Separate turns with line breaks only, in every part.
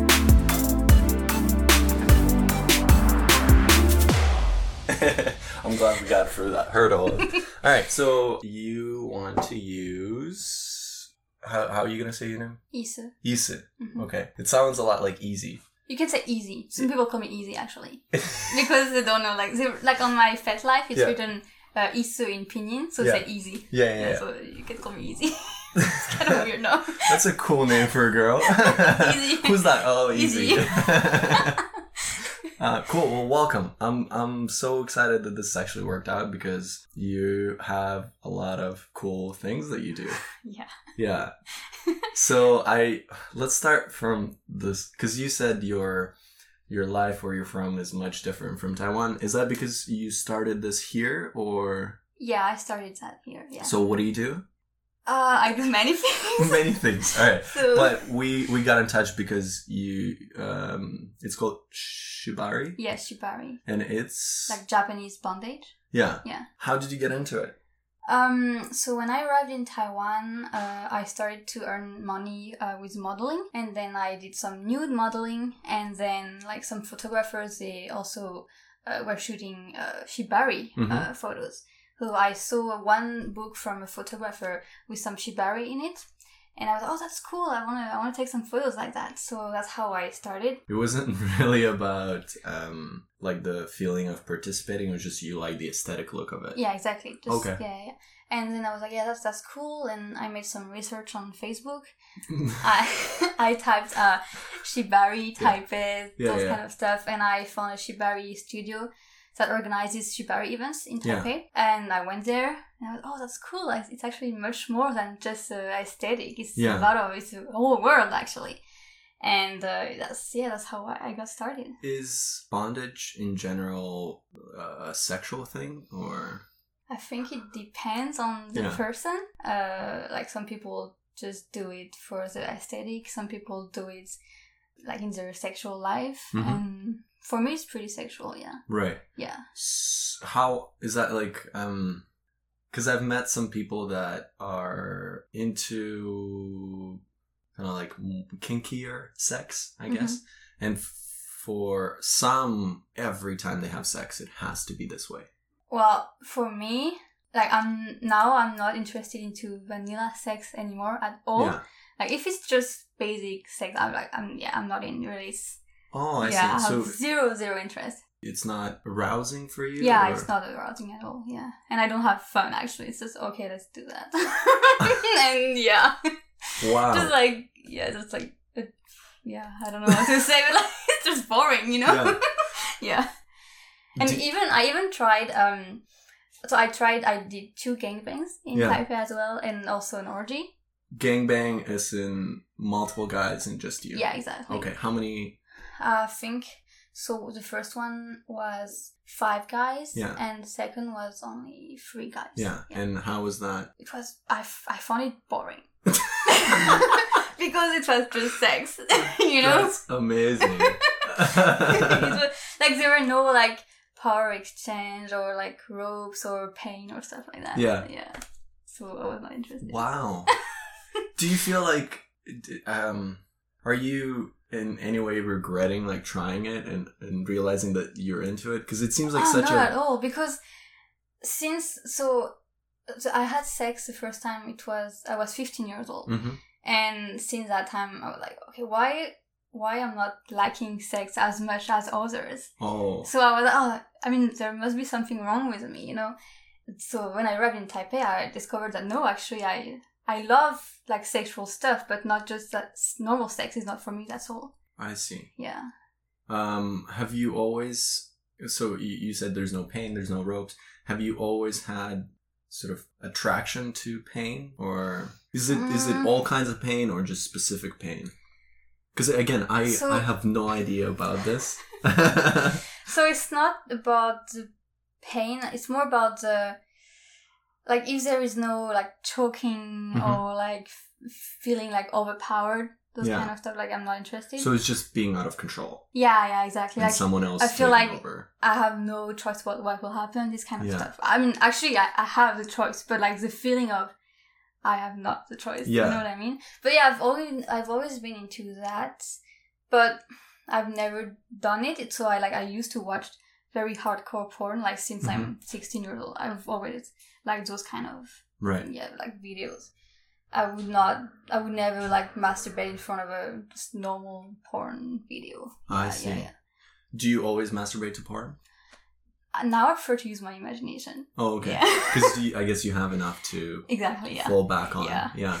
for that hurdle. All right, so you want to use how, how are you gonna say your name?
Isu.
Yusu.
Mhm.
Okay, it sounds a lot like easy.
You can say easy. Some people call me easy actually because they don't know like they, like on my Fet Life it's
Yeah.
written uh, Isu in pinyin, so
Yeah.
say easy.
Yeah, yeah, yeah.
So you can call me easy. it's kind of weird, no?
That's a cool name for a girl.
Easy.
Who's that? Oh, easy.
Easy.
uh, cool. Well, welcome. I'm I'm so excited that this actually worked out because you have a lot of cool things that you do.
Yeah.
Yeah. so I let's start from this because you said your your life where you're from is much different from Taiwan. Is that because you started this here or
Yeah, I started that here. Yeah.
so? What do you do?
uh, I do many things.
Many things. All right.
so
but we we got in touch because you um it's called shibari
yeah, shibari,
and it's
like Japanese bondage.
yeah
yeah.
how did you get into it
Um, so when I arrived in Taiwan, uh, I started to earn money uh, with modeling, and then I did some nude modeling, and then like some photographers, they also uh, were shooting uh, shibari uh,
Mhm.
photos. So I saw one book from a photographer with some shibari in it, and I was oh that's cool I wanna I wanna take some photos like that. So that's how I started.
it wasn't really about um like the feeling of participating it was just you like the aesthetic look of it
Yeah, exactly. Just,
Okay.
Yeah, yeah. And then I was like, yeah, that's that's cool. And I made some research on Facebook. I I typed uh, Shibari
Yeah.
Taipei,
Yeah,
those
yeah.
kind of stuff, and I found a Shibari studio that organizes Shibari events in
Yeah.
Taipei. And I went there, and I was, oh, that's cool. Like, It's actually much more than just uh, aesthetic. It's
Yeah.
a lot of it's a whole world actually. And uh, that's yeah, that's how I I got started.
is bondage in general uh, a sexual thing or
I think it depends on the
Yeah.
person. Uh, like some people just do it for the aesthetic. Some people do it like in their sexual life.
Mhm.
And for me, it's pretty sexual. Yeah,
right
yeah.
S- how is that like um because i've met some people that are into kind of like m- kinkier sex
Mm-hmm.
i guess and f- for some every time they have sex it has to be this way
Well, for me, like I'm now, I'm not interested into vanilla sex anymore at all.
yeah
Like if it's just basic sex, I'm like, I'm yeah, I'm not in really. s-
oh i
yeah,
see
I have
so
zero zero interest.
it's not arousing for you
Yeah,
or-
it's not arousing at all. Yeah, and I don't have fun actually. It's just okay, let's do that, and yeah,
wow
just like yeah, just like uh, yeah, I don't know what to say, but like it's just boring, you know?
Yeah.
Yeah. and
Do-
even I even tried. um So I tried. I did two gangbangs in
Yeah.
Taipei as well, and also an orgy.
gangbang is in multiple guys and just you
Yeah, exactly.
okay how many
I think so. The first one was five guys,
Yeah.
and the second was only three guys.
yeah, and how was that
it was I, f- I found it boring because it was just sex you know
that's amazing
It was- like there were no like power exchange or like ropes or pain or stuff like that
Yeah.
yeah so I was not interested
Wow. Do you feel like d- um are you in any way regretting like trying it and and realizing that you're into it because it seems like
oh,
such
not at
a
all because since so, so I had sex the first time it was I was 15 years old
Mhm.
and since that time I was like okay why why I'm not liking sex as much as others
Oh.
So I was like, oh, I mean, there must be something wrong with me, you know. So when I arrived in Taipei, I discovered that no, actually, I I love like sexual stuff, but not just that s- normal sex is not for me. That's all.
I see.
Yeah.
Um have you always so you, you said there's no pain, there's no ropes. Have you always had sort of attraction to pain or is it is it
Mm.
all kinds of pain or just specific pain? Cuz again, I
So-
I have no idea about this.
So it's not about the pain. It's more about the like if there is no like choking
Mhm.
or like f- feeling like overpowered, those
Yeah.
kind of stuff. Like I'm not interested.
So it's just being out of control.
yeah, yeah, exactly.
And
Like
someone else
I
taking
feel like-
over.
I have no choice what what will happen, this kind of
Yeah.
stuff. I mean, actually, I, I have the choice, but like the feeling of I have not the choice.
Yeah.
You know what I mean? But yeah, I've always I've always been into that, but I've never done it. So I like I used to watch very hardcore porn. Like since
Mm-hmm.
I'm 16 years old, I've always liked those kind of
Right.
yeah like videos. I would not. I would never like masturbate in front of a just normal porn video. Uh,
I
Yeah,
see.
Yeah, yeah.
Do you always masturbate to porn?
Uh, Now I prefer to use my imagination.
Oh, okay.
Yeah.
Because I guess you have enough to
exactly. Yeah.
fall back on.
Yeah.
yeah.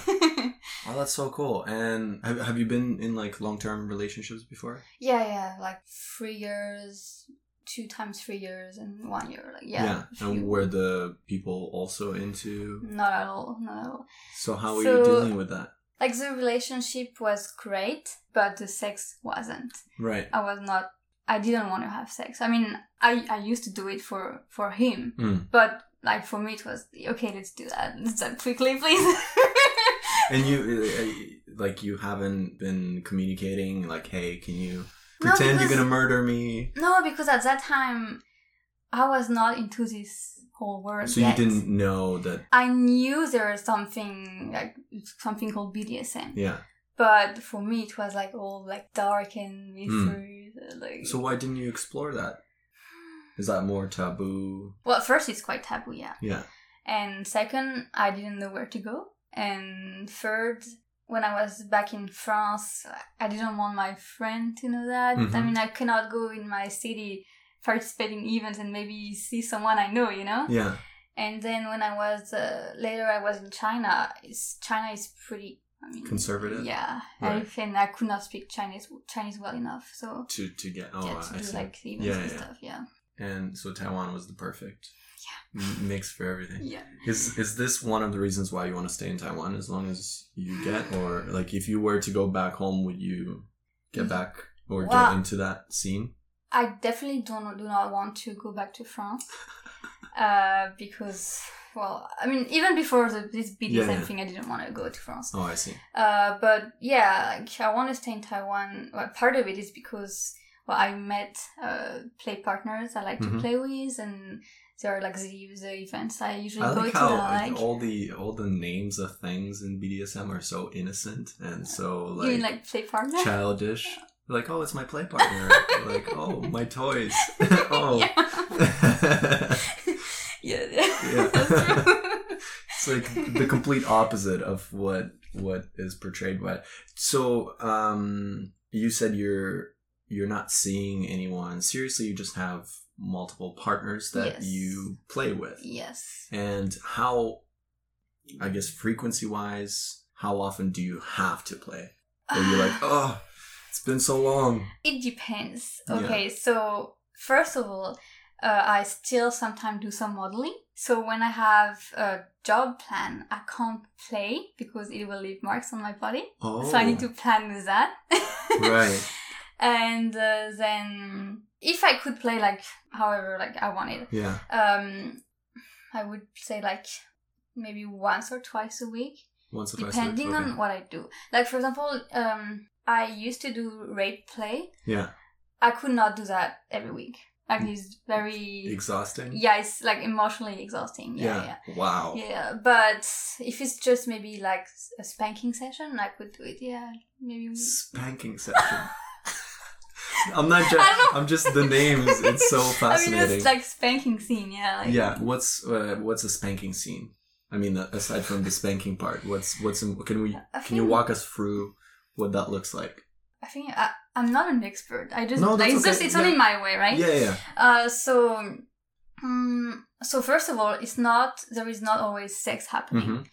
Oh, that's so cool. And have, have you been in like long term relationships before?
yeah. Yeah. Like three years, two times three years, and one year. Like yeah.
And
few-
were the people also into?
Not at all. Not at all.
So how are you
So-
dealing with that?
Like the relationship was great, but the sex wasn't.
Right.
I was not. I didn't want to have sex. I mean, I I used to do it for for him,
Mm.
but like for me it was okay. Let's do that. Let's do that quickly, please.
And you uh, uh, like you haven't been communicating like, hey, can you
No,
pretend
because-
you're gonna murder me?
no, because at that time I was not into this whole world.
So
yet.
you didn't know that.
I knew there was something like something called BDSM,
Yeah.
but for me it was like all like dark and mystery. Like
Hmm. So why didn't you explore that? Is that more taboo?
well, first it's quite taboo, yeah.
Yeah.
And second, I didn't know where to go. And third, when I was back in France, I didn't want my friend to know that. I
Mhm.
mean, I cannot go in my city participating events and maybe see someone I know, you know?
Yeah.
And then when I was uh, later, I was in China. It's, China is pretty. I mean,
Conservative?
Yeah,
Right.
and I could not speak Chinese Chinese well enough, so
To to get oh
yeah, to
I
do
see.
like events
Yeah,
and
yeah.
stuff. Yeah,
and so Taiwan was the perfect m- mix for everything.
yeah.
Is is this one of the reasons why you want to stay in Taiwan as long as you get or like if you were to go back home would you get back or
Mm. Well-
get into that scene?
I definitely don't do not want to go back to France uh, because well, I mean, even before the, this BDSM
Yeah, yeah.
thing, I didn't want to go to France.
Oh I see.
Uh, but yeah, like, I want to stay in Taiwan. Well, part of it is because well, I met uh, play partners I like to
Mhm.
play with, and there are like the, the events I usually
I
go
like
to.
how
that I
like,
like.
all the all the names of things in BDSM are so innocent and so
you mean
like,
like play partner?
childish. Like, oh it's my play partner. like, oh my toys. oh
Yeah. yeah,
Yeah.
That's true.
It's like the complete opposite of what what is portrayed by. So, um, you said you're you're not seeing anyone seriously. You just have multiple partners that
Yes.
you play with,
yes.
and how, I guess, frequency wise, how often do you have to play? Or you're like, oh, it's been so long.
It depends.
Yeah.
Okay, so first of all, uh, I still sometimes do some modeling. So when I have a job plan, I can't play because it will leave marks on my body.
Oh,
So I need to plan with that.
right.
And uh, then if I could play like however like I wanted,
Oh, Yeah.
um, I would say like maybe once or twice a week
Once or twice. a week,
depending
okay.
on what I do. Like for example, um, I used to do rape play.
Yeah.
I could not do that every week. Like
Mm.
it's very
Exhausting.
yeah, it's like emotionally exhausting. Yeah, yeah.
Wow.
yeah. but if it's just maybe like a spanking session, I could do it. Yeah, maybe.
Spanking section. I'm not just.
I don't know.
I'm just the names. It's so
I mean,
fascinating.
it's like spanking scene. Yeah. Like,
yeah. What's uh, what's a spanking scene? I mean, uh, aside from the spanking part, what's what's in, can we
I
can you
think-
walk us through what that looks like?
I think I, I'm not an expert. I just
No,
like,
that's
it's just
okay.
it's
Yeah.
only my way, right?
Yeah, yeah, yeah.
Uh, so, um, so first of all, it's not there is not always sex happening.
Mhm.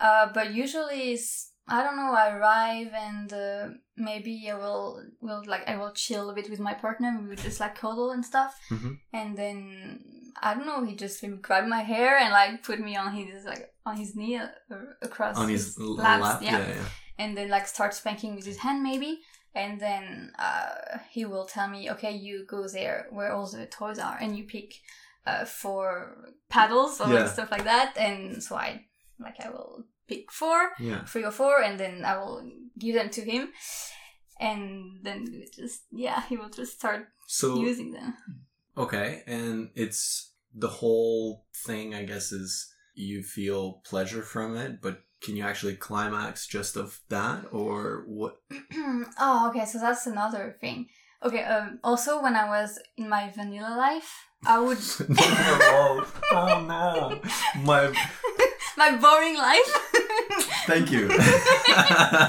Uh, but usually, it's, I don't know. I arrive and uh, maybe I will will like I will chill a bit with my partner. We would just like cuddle and stuff,
Mhm.
and then I don't know. He just he grabbed my hair and like put me on his like on his knee uh, across
On his l-
laps,
lap. Yeah, yeah.
and then like start spanking with his hand maybe and then uh, he will tell me okay you go there where all the toys are and you pick uh, for paddles or like,
Yeah.
stuff like that and so i like i will pick four
yeah.
three or four and then i will give them to him and then we just yeah he will just start
So
using them
okay, and it's the whole thing. I guess is you feel pleasure from it, but can you actually climax just of that, or what?
oh, okay. So that's another thing. Okay. Um, also, when I was in my vanilla life, I would
no, oh no, my
my boring life.
thank you.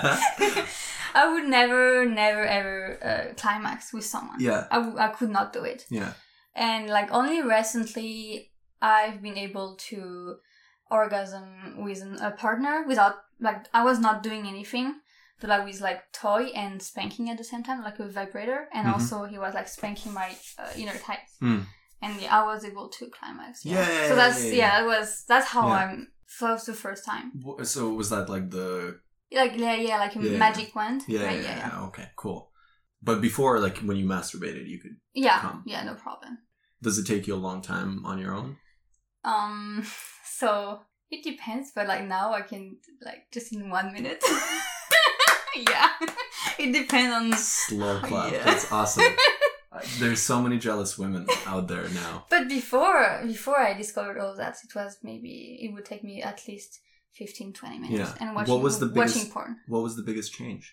I would never, never, ever uh, climax with someone.
yeah,
I, w- I could not do it.
yeah,
And like only recently, I've been able to orgasm with an, a partner without like I was not doing anything, but I was like toy and spanking at the same time, like with vibrator, and
Mhm.
also he was like spanking my uh, inner thighs,
Mm.
and yeah, I was able to climax. Yeah. So
Yay.
that's yeah, it was that's how
Yeah.
I'm. So that was the first time.
Wha- So was that like the
Like yeah, yeah, like a
Yeah.
magic wand.
yeah,
right?
yeah, yeah, okay cool. But before, like when you masturbated, you could.
Yeah,
Come.
yeah, no problem.
Does it take you a long time on your own?
Um, so it depends, but like now I can like just in one minute. yeah, it depends on.
Slow clap.
Yeah.
That's awesome. Uh, There's so many jealous women out there now.
But before before I discovered all that, it was maybe it would take me at least 15, 20 minutes.
Yeah.
And
What
watching
was the
watching
biggest-
porn.
What was the biggest change?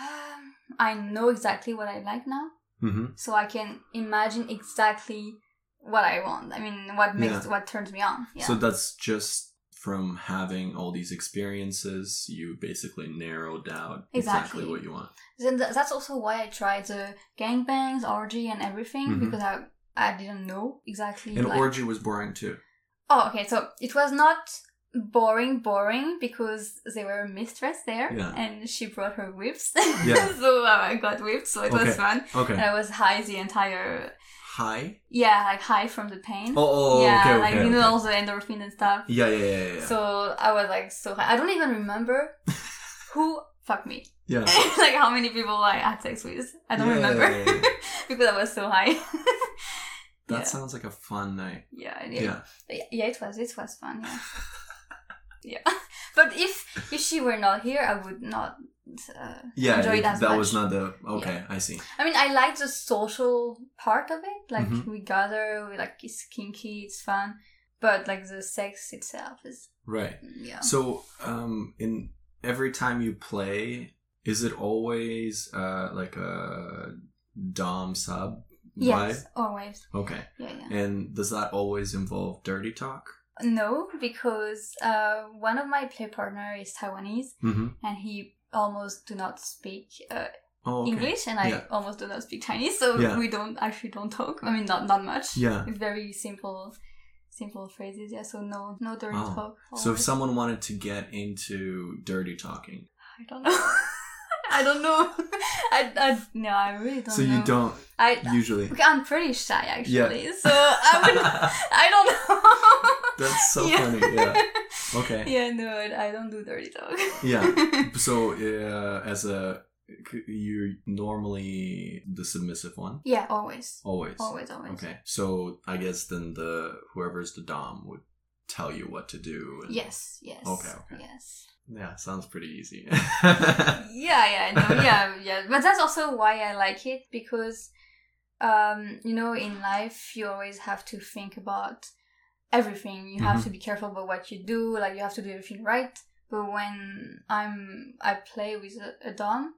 Um, I know exactly what I like now,
Mm-hmm.
so I can imagine exactly what I want. I mean, what makes what turns me on. Yeah.
So that's just from having all these experiences, you basically narrowed out exactly,
Exactly.
what you want.
Then th- that's also why I tried the gangbangs, orgy, and everything
Mhm.
because I I didn't know exactly.
And
like-
orgy was boring too.
oh, okay. So it was not boring, boring because there were a mistress there,
Yeah.
and she brought her whips.
Yeah.
so uh, I got whipped, so it
Okay.
was fun. And
Okay.
I was high the entire
Hi.
yeah, like high from the pain.
Oh, oh, oh,
yeah,
okay, okay.
like you know
okay.
all the endorphin and stuff.
yeah, yeah, yeah, yeah, yeah.
So I was like so high. I don't even remember who fucked me.
yeah.
like how many people I had sex with. I don't
Yeah,
remember
yeah, yeah, yeah.
because I was so high.
That
Yeah.
sounds like a fun night.
yeah,
Yeah.
yeah, yeah, yeah. It was, it was fun. Yeah, yeah. But if if she were not here, I would not. Uh,
Yeah, it-
Enjoyed as
that was
much.
not the Okay, I see.
I mean, I like the social part of it. Like
Mhm.
we gather, we like it's kinky, it's fun. But like the sex itself is mm,
Right.
yeah.
So, um, in every time you play, is it always uh like a dom sub
Yes, always.
vibe? Okay.
Yeah, yeah.
And does that always involve dirty talk?
No, because uh, one of my play partner is Taiwanese,
Mm-hmm.
and he almost do not speak uh,
Oh, okay.
English and I
Yeah.
almost do not speak Chinese, so
Yeah.
we don't actually don't talk. I mean, not not much.
Yeah.
It's very simple, simple phrases. Yeah. So no, no dirty
Oh.
talk.
So if
always.
someone wanted to get into dirty talking,
I don't know. I don't know. I, I no, I really don't.
so
know.
you don't
I
usually.
okay, I'm pretty shy actually. So I would. I don't know.
That's so
Yeah.
funny. Yeah. Okay.
Yeah. No, I, I don't do dirty talk.
Yeah. So uh, as a you're normally the submissive one,
yeah. Always.
always.
Always. Always.
Okay. So I guess then the whoever's the dom would tell you what to do. and-
Yes. Yes.
Okay, okay.
Yes.
Yeah. Sounds pretty easy.
yeah, yeah, no, yeah, yeah. But that's also why I like it because, um, you know, in life you always have to think about everything. You have
Mhm.
to be careful about what you do. Like you have to do everything right. But when I'm I play with a, a dom,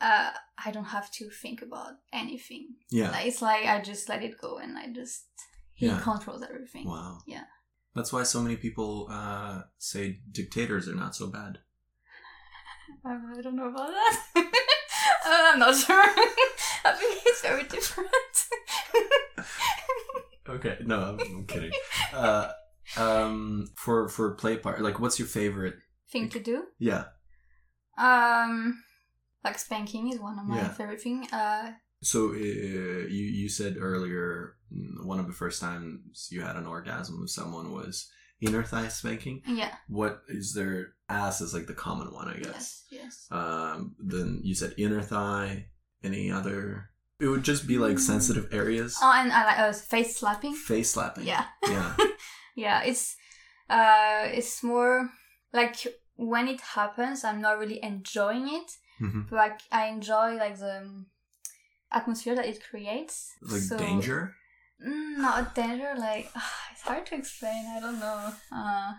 uh, I don't have to think about anything.
yeah.
Like, it's like I just let it go and I just he
Yeah.
controls everything.
Wow.
Yeah.
That's why so many people uh, say dictators are not so bad.
Uh, I really don't know about that. uh, I'm not sure. I think it's very different.
Okay, no, I'm, I'm kidding. Uh, um, for for play part, like, what's your favorite?
thing to do.
Yeah.
Um, like spanking is one of my
Yeah.
favorite thing. Uh,
So uh, you you said earlier mm, one of the first times you had an orgasm with someone was inner thigh spanking.
yeah.
What is their ass is like the common one, I guess.
Yes. Yes.
Um, then you said inner thigh. Any other? It would just be
Mm.
like sensitive areas.
Oh, and I like uh, face slapping.
Face slapping.
Yeah.
Yeah.
Yeah, it's uh, it's more like when it happens, I'm not really enjoying it.
Mhm.
But like I enjoy like the atmosphere that it creates.
Like
So-
danger.
Mm, not danger. Like it's hard to explain. I don't know. Uh,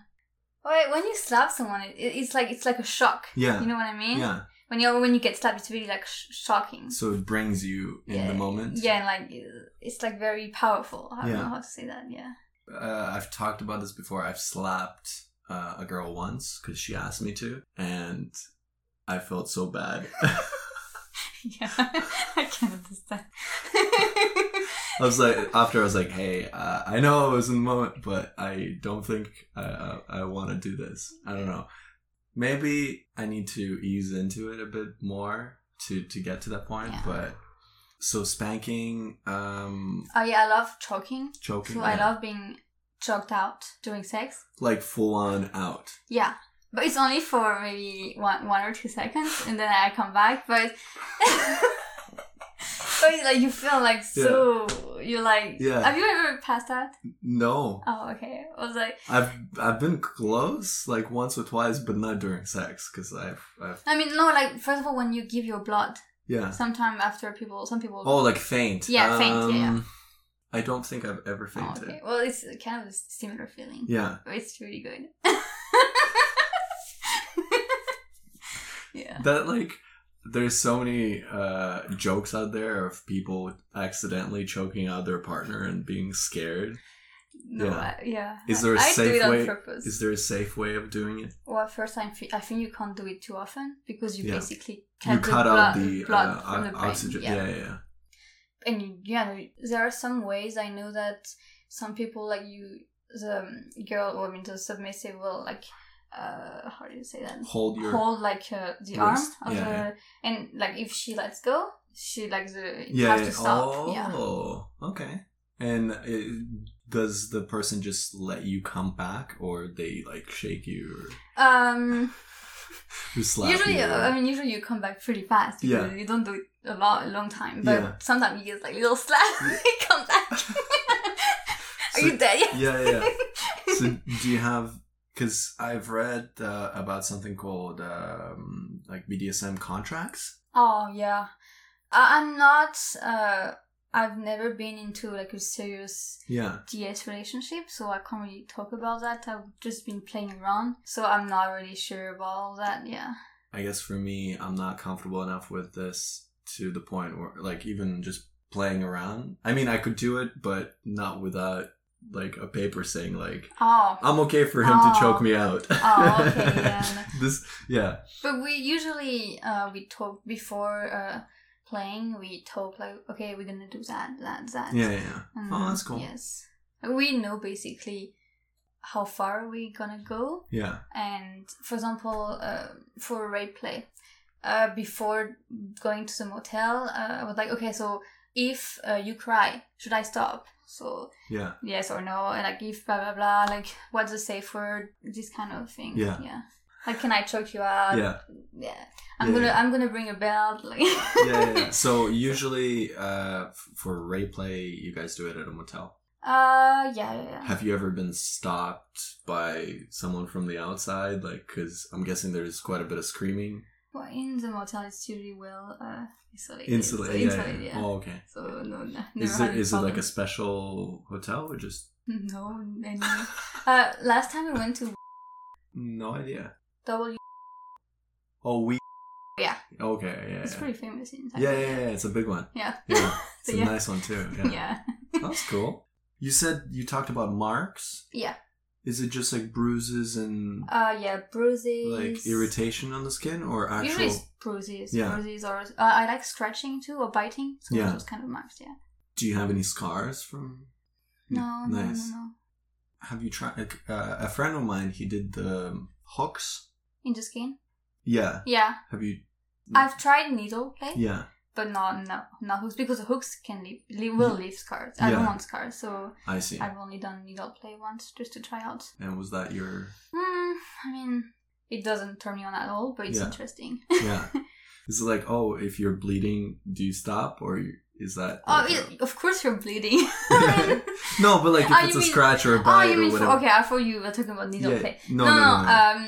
wait, when you slap someone, it, it's like it's like a shock.
Yeah.
You know what I mean?
Yeah.
when you when you get stabbed, it's really like sh- shocking.
So it brings you in the moment.
Yeah, and like uh, it's like very powerful. I don't
Yeah.
know how to say that. Yeah.
uh, I've talked about this before. I've slapped uh, a girl once because she asked me to, and I felt so bad.
Yeah, I can understand.
I was like, after I was like, "Hey, uh, I know I was in the moment, but I don't think I I, I want to do this. I don't know. Maybe I need to ease into it a bit more to to get to that point.
Yeah.
But so spanking, um,
oh yeah, I love choking.
choking,
So I
yeah.
love being choked out during sex.
like full on out.
Yeah. But it's only for maybe one one or two seconds and then I come back but But like you feel like so you're like
Yeah.
have you ever passed out?
No,
Oh okay. I was like
I've I've been close like once or twice, but not during sex because I've I've
I mean no like first of all when you give your blood
yeah.
sometime after people some people
Oh, like faint.
Yeah, faint, yeah,
Um, I don't think I've ever
Oh,
fainted.
okay. Well it's kind of a similar feeling.
Yeah.
It's really good. yeah.
that like there's so many uh jokes out there of people accidentally choking out their partner and being scared
No,
Yeah.
I, yeah.
Is there a
I do
safe
it on
way-
purpose.
is there a safe way of doing it
Well, first time, fi- I think you can't do it too often because you
Yeah.
basically
you
the
cut out
blood-
the,
blood
uh,
from
o-
the brain.
oxygen yeah. yeah yeah
and you, yeah, there are some ways. I know that some people like you, the girl or I mean the submissive will like, uh, how do you say that?
hold your
Hold like uh, the arm
wrist.
of
Yeah,
the,
yeah.
and like if she lets go, she like the it
yeah
has to
yeah.
stop. Yeah.
oh okay and it, does the person just let you come back or they like shake you
Um.
or, or slap
usually,
you or-
uh, I mean, usually you come back pretty fast because
Yeah.
you don't do it a lot, a long time. But
Yeah.
sometimes you get like little slap,
Yeah.
you come back. Are
So-
you dead yet?
yeah yeah, yeah. so do you have because i've read uh, about something called um, like bdsm contracts
oh yeah, I- I'm not. Uh, I've never been into like a serious
yeah
DS relationship, so I can't really talk about that. I've just been playing around, so I'm not really sure about all that. Yeah.
i guess for me i'm not comfortable enough with this to the point where like even just playing around i mean i could do it but not without like a paper saying like
Oh.
i'm okay for him
Oh.
to choke me out
Oh, okay, yeah.
this yeah
But we usually uh, we talk before uh, playing. We talk like, okay, we're gonna do that, that, that.
yeah yeah, yeah.
And,
Oh, that's cool.
Yes, we know basically how far we're gonna go.
yeah
And for example, uh, for rape play, uh, before going to the motel, uh, I was like, okay, so if uh, you cry, should I stop? So
yeah
yes or no, and like if blah blah blah, like what's the safe word? This kind of thing.
Yeah.
Yeah. Like, can I choke you out?
yeah
yeah i'm
Yeah,
gonna
yeah.
i'm gonna bring a belt like
yeah, yeah, yeah. so usually uh f- for ray play you guys do it at a motel
uh yeah yeah, yeah.
Have you ever been stopped by someone from the outside? Like, because I'm guessing there's quite a bit of screaming.
well in the motel it's usually well uh insulated so,
Insulated. Yeah, yeah,
insulated,
yeah.
yeah.
Oh, okay.
so no, no
Is
never had
it is it like a
problem.
special hotel or just
no any uh last time we went to
no idea?
w
Oh, we.
Yeah.
Okay. Yeah. Yeah.
it's pretty famous in Thailand.
yeah, yeah, yeah. It's a big one.
yeah
Yeah. It's
So,
a
yeah.
nice one too.
yeah,
Yeah. That's cool. You said you talked about marks.
Yeah.
Is it just like bruises and
uh yeah bruises
like irritation on the skin or
Usually
actual?
it's bruises,
Yeah.
bruises, or uh, I like scratching too, or biting. So
Yeah.
those kind of marks, yeah.
Do you have any scars from?
No, no,
Nice.
no, no.
Have you tried? Like, uh, a friend of mine, he did the um, hooks.
In the skin,
Yeah.
yeah.
Have you?
I've tried needle play.
Yeah,
but not not not hooks because hooks can leave, leave will leave scars. I don't
Mm-hmm. Yeah.
want scars, so
I see.
I've only done needle play once just to try out.
And was that your?
Hmm, I mean, it doesn't turn me on at all, but it's
Yeah.
interesting.
Yeah. is it like, oh, if you're bleeding, do you stop, or you- is that?
oh,
like
it, of course you're bleeding.
a- no, but like if
Oh, you
it's a
mean-
scratch or a
oh,
bite
you
or
mean for,
whatever.
okay? I thought you were talking about needle
Yeah.
play.
No, no, no, no.
Um,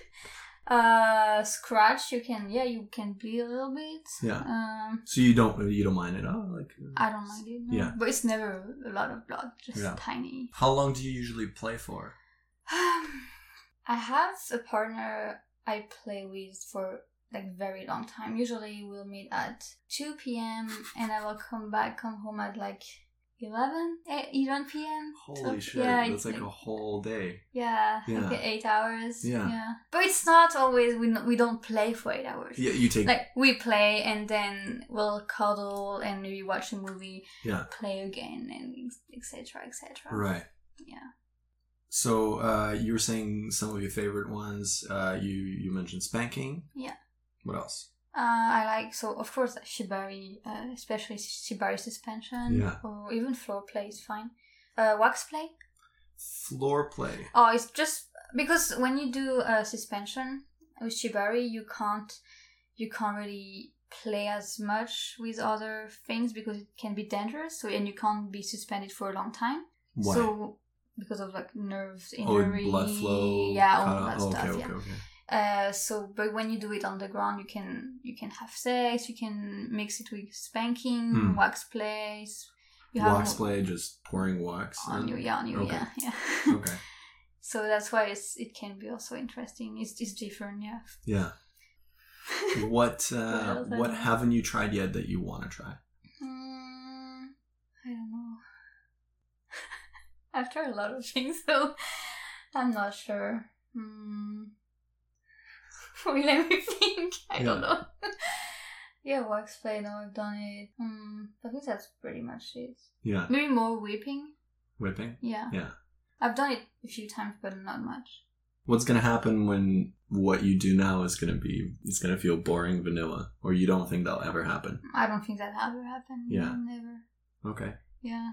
uh, scratch. You can, yeah, you can bleed a little bit.
Yeah.
Um,
So you don't you don't mind at all, like. uh,
I don't mind it. No.
Yeah.
But it's never a lot of blood, just
Yeah.
tiny.
How long do you usually play for?
I have a partner I play with for like very long time. Usually we'll meet at 2 p.m. and I will come back, come home at like 11, eh, 11 p.m.
Holy
So-
shit,
Yeah,
that's
it's
like a whole day.
yeah,
Yeah.
like eight hours.
Yeah.
But it's not always, we, n- we don't play for eight hours.
Yeah, you take
Like we play and then we'll cuddle and we watch a movie,
Yeah.
play again and etc etc.
right.
Yeah.
So uh, you were saying some of your favorite ones. Uh, you you mentioned spanking.
Yeah.
What else?
Uh, I like so of course shibari, uh, especially shibari suspension
Yeah.
or even floor play is fine. Uh, wax play.
Floor play.
Oh, it's just because when you do uh, suspension with shibari, you can't you can't really play as much with other things because it can be dangerous. So and you can't be suspended for a long time.
Why?
So because of like nerves
oh,
injury,
and blood flow.
yeah, all
kinda-
that
oh,
stuff.
Okay,
yeah.
okay, okay.
Uh, so, but when you do it on the ground, you can you can have sex. You can mix it with spanking,
Hmm.
wax plays. You
Wax
no-
play, just pouring wax
on you, yeah, on you,
Okay.
yeah, yeah.
Okay.
so that's why it's, it can be also interesting. It's it's different, yeah.
Yeah. What uh,
else I
what
don't know?
haven't you tried yet that you want to try?
Mm, I don't know. I've tried a lot of things, so I'm not sure. Mm. Wait, let me think. I don't
Yeah.
know. yeah, wax play. Now I've done it. Mm, I think that's pretty much it.
Yeah,
Maybe more whipping.
whipping.
Yeah.
Yeah.
I've done it a few times, but not much.
What's gonna happen when what you do now is gonna be? It's gonna feel boring, vanilla, or you don't think that'll ever happen.
I don't think that ever happened.
Yeah.
Never.
Okay.
Yeah.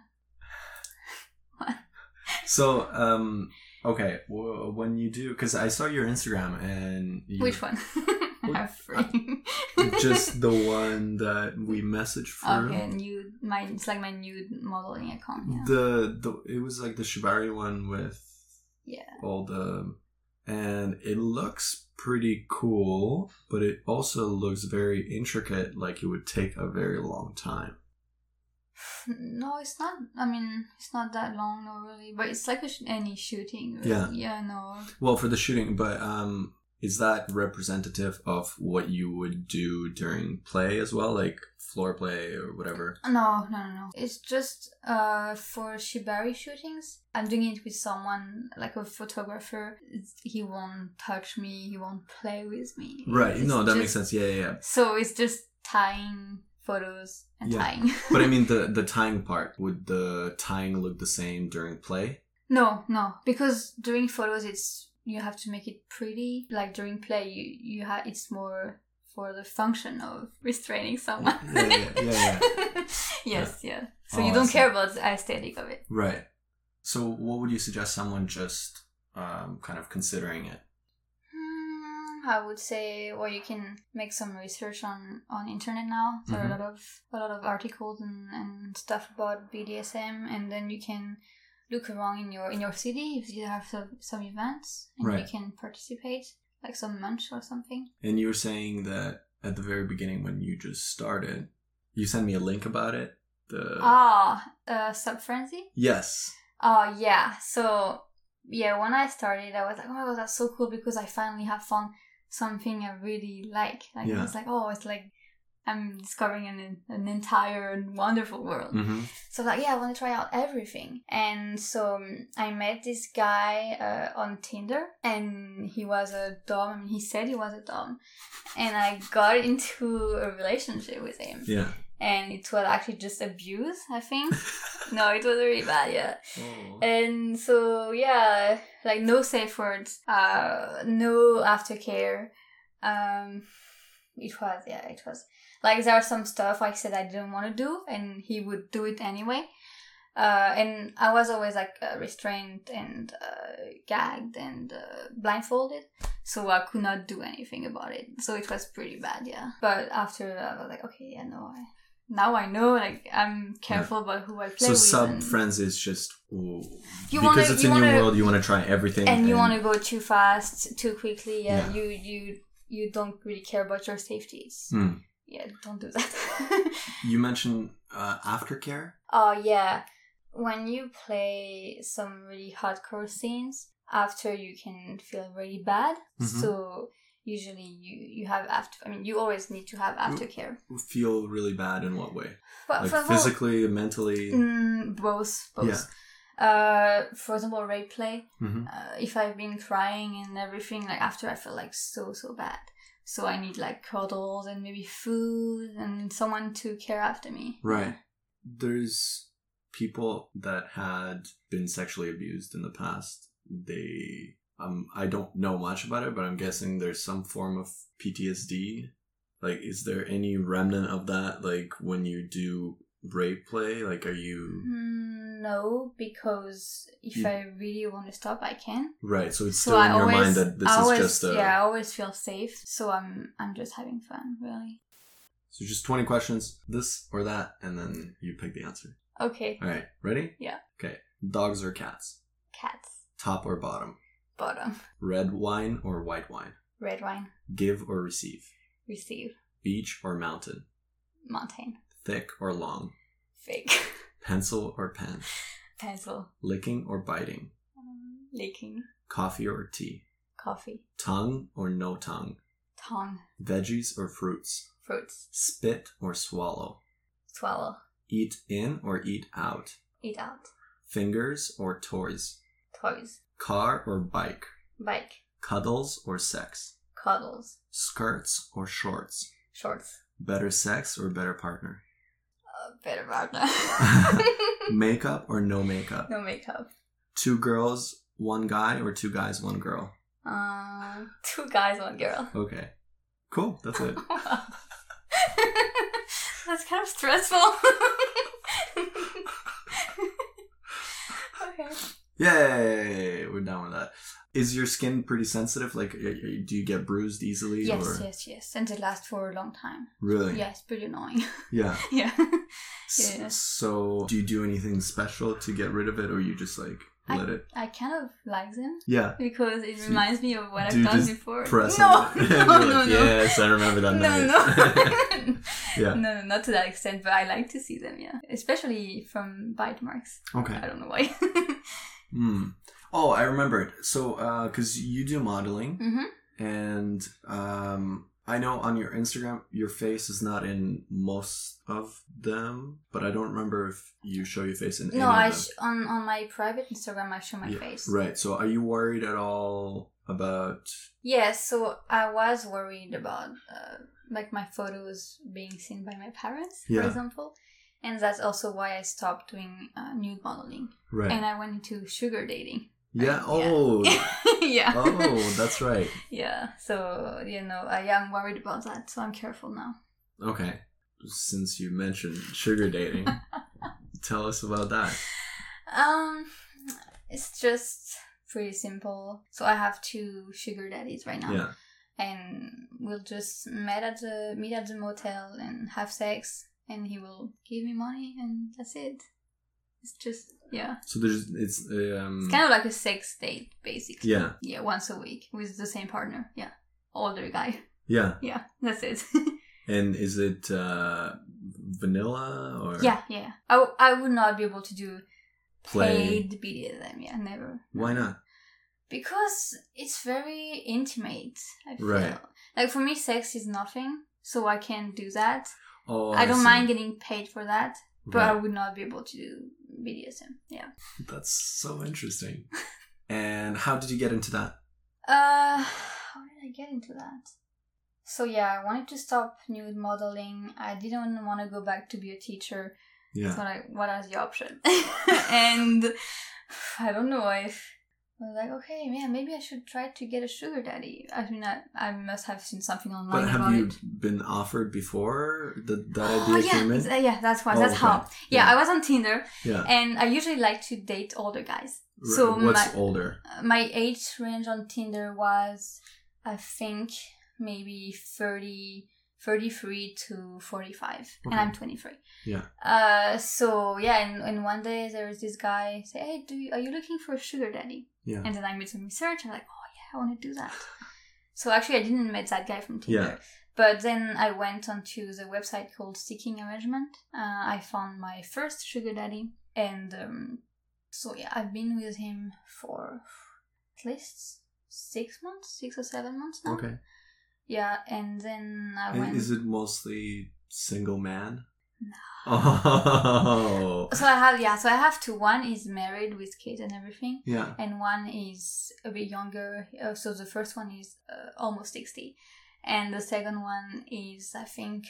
So, um, okay, w- when you do, because I saw your Instagram and you,
Which one?
Which-
I'm free.
just the one that we messaged through.
Okay, nude. My it's like my nude modeling account. Yeah.
The the it was like the Shibari one with
Yeah.
all the and it looks pretty cool, but it also looks very intricate, like it would take a very long time.
No, it's not. I mean, it's not that long, no, really. But it's like a sh- any shooting. Really.
Yeah.
Yeah. No.
Well, for the shooting, but um, is that representative of what you would do during play as well, like floor play or whatever?
No. No. No. no. It's just uh for shibari shootings. I'm doing it with someone like a photographer. It's, he won't touch me. He won't play with me.
Right.
It's
no, that
just-
makes sense. Yeah, yeah, yeah.
So it's just tying photos and
Yeah.
tying.
But I mean, the the tying part would the tying look the same during play?
No, no, because during photos, it's you have to make it pretty. Like during play, you you have it's more for the function of restraining someone.
Yeah, yeah, yeah, yeah,
yes, yeah. So
Oh, I
you don't
see.
care about the aesthetic of it.
Right. So, what would you suggest someone just um, kind of considering it?
Hmm, I would say, or you can make some research on on internet now. There are a lot of a lot of articles and, and stuff about BDSM, and then you can look around in your in your city if you have some some events and you
Right.
can participate, like some munch or something.
And you were saying that at the very beginning when you just started, you sent me a link about it. The
Ah, uh, Sub Frenzy?
yes,
Oh, yeah. So, yeah, when I started, I was like, oh my god, that's so cool because I finally have found something I really like. Like,
Yeah.
it's like, oh, it's like I'm discovering an, an entire and wonderful world.
mm-hmm.
So, like, yeah, I want to try out everything. And so um, I met this guy uh, on Tinder, and he was a Dom. I mean, he said he was a Dom. And I got into a relationship with him.
yeah.
And it was actually just abuse, I think. No, it was really bad, yeah. Oh, And so, yeah, like no safe words, uh, no aftercare. Um, it was, yeah, it was. Like there are some stuff I said I didn't want to do, and he would do it anyway. Uh, and I was always like uh, restrained and uh, gagged and uh, blindfolded, so I could not do anything about it. So it was pretty bad, yeah. But after that, I was like, okay, yeah, no, I, now I know, like I'm careful about who I play
So
with.
sub
and-
friends is just ooh,
You
because
wanna-
it's
you
a new
wanna-
world. You want to try everything,
and you want to go too fast, too quickly, yeah,
Yeah.
you you you don't really care about your safety. It's-
Hmm.
Yeah, don't do that.
You mentioned uh, aftercare.
oh yeah, when you play some really hardcore scenes, after you can feel really bad.
Mhm.
So usually you you have after i mean you always need to have aftercare
Feel really bad in what way?
but
Like
Uh, for example-
physically, mentally.
Mm, both, both. Uh, for example, rape play.
hmm
Uh, if I've been crying and everything, like after I feel like so so bad, so I need like cuddles and maybe food and someone to care after me.
Right. There's people that had been sexually abused in the past. They, um, I don't know much about it, but I'm guessing there's some form of PTSD. Like, is there any remnant of that? Like, when you do rape play, like, are you
Mm, no, because if
You-
I really want to stop, I can.
right? So Hmm. it's
So
still
I
in your
always,
mind that this
I always,
is just uh, a
yeah, I always feel safe. So I'm, I'm just having fun, really.
so just twenty questions, this or that, and then you pick the answer.
Okay,
All right, ready?
Yeah.
Okay. Dogs or cats?
cats,
Top or bottom?
bottom,
Red wine or white wine?
red wine,
Give or receive?
receive,
Beach or mountain?
mountain,
Thick or long?
fake,
Pencil or pen?
pencil.
Licking or biting?
Um, licking,
Coffee or tea?
coffee,
Tongue or no tongue?
tongue,
Veggies or fruits?
fruits,
Spit or swallow?
swallow,
Eat in or eat out?
eat out,
Fingers or toys?
toys,
Car or bike?
bike,
Cuddles or sex?
cuddles,
Skirts or shorts?
shorts,
Better sex or better partner?
uh, better partner,
Makeup or no makeup?
no makeup,
Two girls, one guy, or two guys, one girl?
um, two guys, one girl.
Okay. Cool. That's it.
That's kind of stressful. okay.
Yay! We're done with that. Is your skin pretty sensitive? Like, y- y- do you get bruised easily?
Yes,
or...
yes, yes, and it lasts for a long time.
Really?
Yeah, it's pretty annoying.
Yeah.
yeah.
S-
Yeah.
So, do you do anything special to get rid of it, or you just like
I-
let it?
I kind of like them
Yeah.
because it
So you-
reminds me of what
do you
I've done
just
before.
Press
no,
on it.
no,
And
no,
you're
no,
like, Yes, I remember that
no,
night.
no.
yeah.
No, no, not to that extent, but I like to see them, yeah. Especially from bite marks.
Okay.
I don't know why.
Hmm. Oh, I remembered. So, uh, because you do modeling,
hmm
and um, I know on your Instagram, your face is not in most of them, but I don't remember if you show your face in any
No,
of
I
them.
sh- on on my private Instagram, I show my
Yeah,
face.
Right. So, are you worried at all about?
Yes, so I was worried about uh, like my photos being seen by my parents,
Yeah.
for example, and that's also why I stopped doing uh, nude modeling
Right.
and I went into sugar dating.
yeah.
yeah.
Oh.
yeah.
oh, that's right.
Yeah. So you know, I am worried about that, so I'm careful now.
Okay. Since you mentioned sugar dating, tell us about that.
Um, it's just pretty simple. So I have two sugar daddies right now.
Yeah.
and we'll just meet at the meet at the motel and have sex and he will give me money and that's it it's just yeah
So there's it's um.
it's kind of like a sex date basically
yeah.
yeah once a week with the same partner yeah older guy
Yeah.
yeah that's it
And is it uh, vanilla or
yeah yeah I, w- I would not be able to do
play?
paid BDSM yeah never
Why not?
because it's very intimate I feel.
Right.
like for me sex is nothing so I can do that
Oh,
I don't
see.
mind getting paid for that but I
Right.
would not be able to do BDSM. Yeah.
That's so interesting. and how did you get into that?
Uh, how did I get into that? So yeah, I wanted to stop nude modeling. I didn't want to go back to be a teacher.
Yeah.
So I, what was the option? and I don't know if I was like, okay, yeah, maybe I should try to get a sugar daddy. I mean, I, I must have seen something online
But have
about
you
it.
been offered before that that
Oh
idea came
yeah,
in?
th- yeah, that's why.
Oh,
that's
okay.
how. Yeah,
Yeah.
I was on Tinder,
Yeah.
and I usually like to date older guys.
R- uh,
so
what's
my-
older?
my age range on Tinder was, I think, maybe 30, 33 to 45. And
Okay.
I'm 23.
Yeah.
Uh, so, yeah, and, and one day there was this guy say, hey, do you, are you looking for a sugar daddy?
Yeah.
And then I made some research. I'm like, oh, yeah, I want to do that. So actually, I didn't meet that guy from Tinder.
Yeah.
But then I went onto the website called Seeking Arrangement. Uh, I found my first sugar daddy, and um, so yeah, I've been with him for at least six months, six or seven months now.
Okay.
Yeah, and then I
I-
went.
Is it mostly single man? No. Oh.
So I have yeah. So I have two. One is married with kids and everything,
Yeah.
and one is a bit younger. Uh, so the first one is uh, almost sixty, and the second one is I think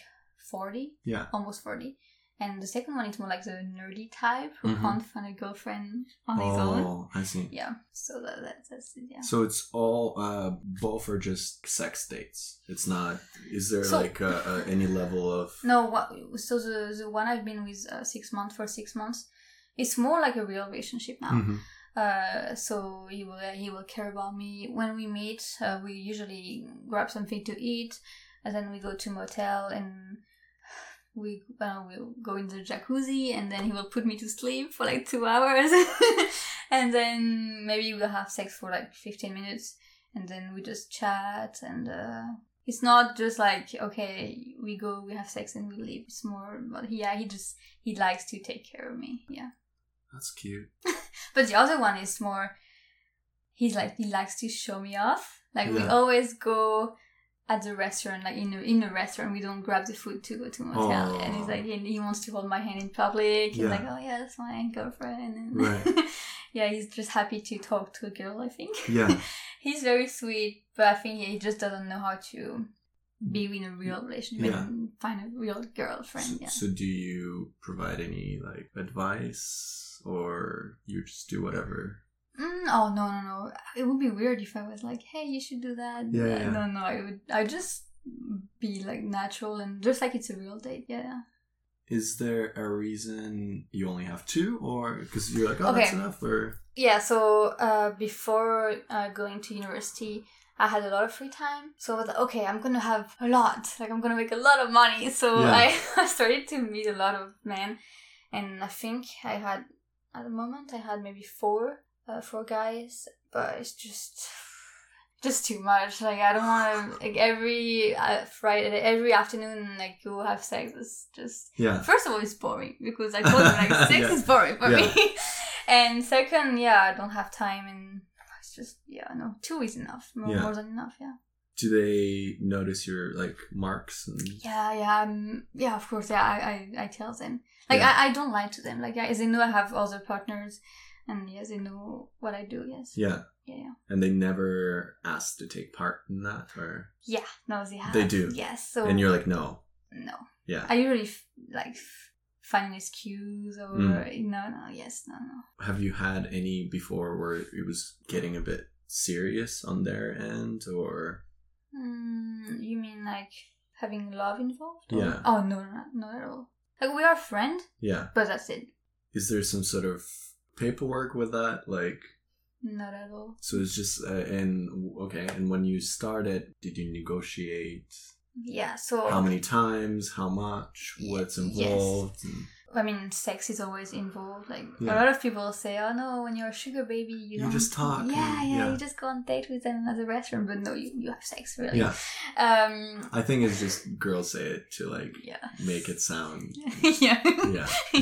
forty,
Yeah.
almost forty. And the second one is more like the nerdy type who
Mhm.
can't find a girlfriend on his own.
Oh, I see.
Yeah. So that, that that's it. Yeah.
So it's all uh, both are just sex dates. It's not. Is there
So-
like uh, uh, any level of?
No, what, so the the one I've been with uh, six months for six months, it's more like a real relationship now.
Mhm.
Uh, so he will he will care about me. When we meet, uh, we usually grab something to eat, and then we go to motel and we uh, will go in the jacuzzi, and then he will put me to sleep for like two hours, and then maybe we'll have sex for like fifteen minutes, and then we just chat and. Uh, it's not just like okay, we go, we have sex, and we leave. It's more, but yeah, he just he likes to take care of me. Yeah.
That's cute.
But the other one is more he's like he likes to show me off. Like we
Yeah.
always go at the restaurant, like in a in a restaurant, we don't grab the food to go to a motel. And he's
Aw.
like he, he wants to hold my hand in public. He's
Oh. Yeah.
like, Oh yeah, that's my girlfriend and
Right.
yeah, he's just happy to talk to a girl, I think.
Yeah.
he's very sweet, but I think he just doesn't know how to be in a real relationship
Mm. Yeah.
and find a real
so,
girlfriend. Yeah.
so do you provide any like advice, or you just do whatever?
Mm, oh no no no! It would be weird if I was like, "Hey, you should do that."
Yeah, yeah, yeah.
No no, I would. I just be like natural and just like it's a real date. Yeah.
Is there a reason you only have two, or because you're like, oh, that's
Okay.
enough, or
Yeah. So uh, before uh, going to university, I had a lot of free time. So I was like, okay, I'm gonna have a lot. Like I'm gonna make a lot of money. So
Yeah.
I, I started to meet a lot of men, and I think I had at the moment I had maybe four uh, four guys, but it's just just too much. Like I don't want to like every uh, Friday, every afternoon, like go have sex. It's just
yeah,
First of all, it's boring because I told you like sex
Yeah.
is boring for
Yeah.
me, and second, yeah, I don't have time, and it's just yeah, no, two is enough, more,
Yeah.
more than enough, yeah,
do they notice your like marks and
yeah, yeah, um, yeah, of course, yeah, I, I, I tell them like
Yeah.
I, I don't lie to them, like yeah, they know I have other partners, and yes, they know what I do, yes,
yeah,
yeah, yeah.
and they never ask to take part in that, or
Yeah, no, they have.
They do.
Yes, so
and you're like, no,
no,
yeah.
I usually f- like f- find an excuse or
Mm.
no, no, yes, no, no.
have you had any before where it was getting a bit serious on their end, or
Mm, you mean like having love involved? or-
Yeah.
Oh no, no, not at all. Like we are friends,
yeah,
but that's it.
is there some sort of paperwork with that, like?
Not at all.
So it's just uh, and okay. And when you started, did you negotiate
Yeah. So
how many times, how much,
Ye-
what's
yes.
involved? and-
I mean, sex is always involved. Like
Yeah.
a lot of people say, "Oh no, when you're a sugar baby, you,
You
don't
just talk and-
Yeah, yeah,
yeah.
You just go on date with them at the restaurant, but no, you, you have sex really.
Yeah,
Um.
I think it's just girls say it to like
Yeah.
make it sound
yeah.
yeah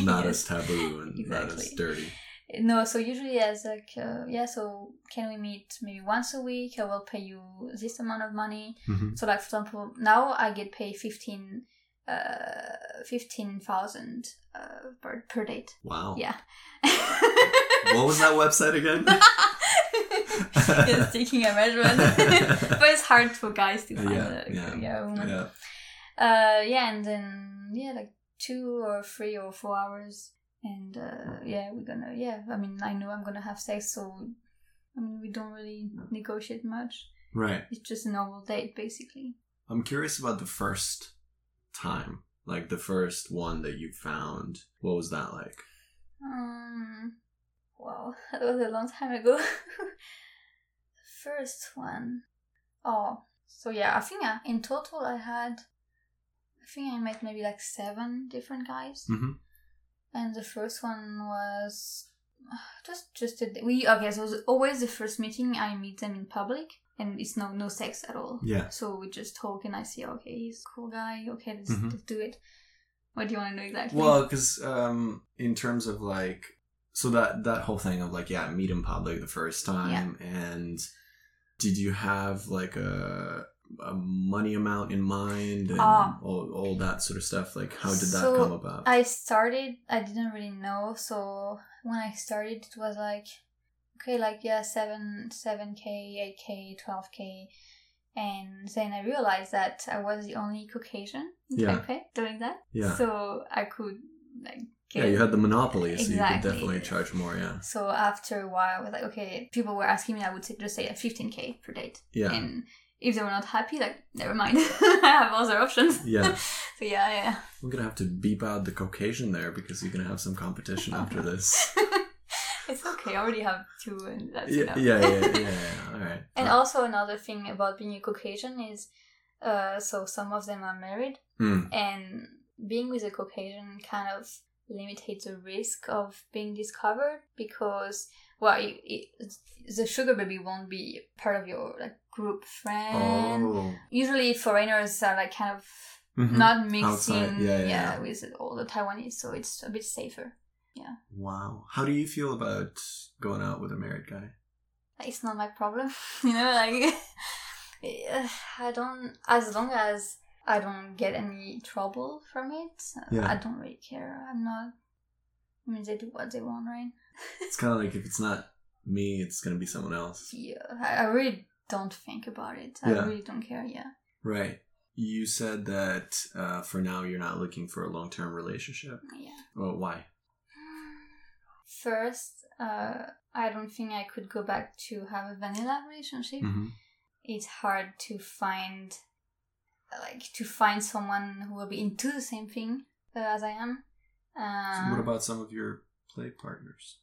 not
Yes.
as taboo and not as
Exactly.
dirty.
No, so usually as like uh, yeah, so can we meet maybe once a week? I will pay you this amount of money.
Mhm.
So like for example, now I get paid fifteen uh fifteen thousand uh per, per date.
Wow.
Yeah.
What was that website again?
Just taking a measurement. but it's hard for guys to find
Yeah,
a,
yeah,
a woman.
yeah.
Uh yeah, and then yeah, like two or three or four hours. And uh yeah, we're gonna yeah, I mean I know I'm gonna have sex so I mean we don't really negotiate much.
Right.
It's just a normal date basically.
I'm curious about the first time, like the first one that you found. What was that like?
Um, wow, that was a long time ago. First one. Oh, so yeah, I think I, in total I had, I think I met maybe like seven different guys,
Mhm.
and the first one was just just a, we okay. So it was always the first meeting I meet them in public, and it's no no sex at all.
Yeah.
So we just talk, and I see okay, he's a cool guy. Okay, let's,
Mhm.
let's do it. What do you want to know exactly?
Well, because um, in terms of like, so that that whole thing of like, yeah, meet in public the first time, and did you have like a a money amount in mind and
Ah.
all, all that sort of stuff? Like, how did that
So,
come about?
I started, I didn't really know. So when I started, it was like, okay, like yeah, seven, seven k, eight k, twelve k, and then I realized that I was the only Caucasian in
Yeah.
Taipei doing that.
yeah.
So I could like.
yeah, you had the monopoly, so you could
Exactly.
definitely charge more. Yeah.
So after a while, I was like, okay, people were asking me, I would say, just say 15k per date.
Yeah.
And if they were not happy, like, never mind. I have other options.
Yeah.
so yeah, yeah.
I'm going to have to beep out the Caucasian there because you're going to have some competition after this.
it's okay. I already have two, and that's
Yeah,
enough.
yeah, yeah, yeah, yeah. All right.
and
all-
also another thing about being a Caucasian is, uh, so some of them are married,
mm,
and being with a Caucasian kind of limited the risk of being discovered because well, it, it, the sugar baby won't be part of your like group friend.
oh.
Usually, foreigners are like kind of
Mhm.
not mixing,
Outside, yeah, yeah, yeah.
with all the Taiwanese, so it's a bit safer.
Wow. How do you feel about going out with a married guy?
it's not my problem you know like i don't as long as i don't get any trouble from it
Yeah.
i don't really care i'm not i mean they do what they want right
It's kind of like if it's not me, it's going to be someone else.
yeah i, I really don't think about it i
Yeah.
really don't care yeah
Right. You said that uh, for now you're not looking for a long term relationship.
yeah
Well, why?
first uh i don't think i could go back to have a vanilla relationship
Mm-hmm.
it's hard to find like to find someone who will be into the same thing uh, as i am um,
what about some of your play partners?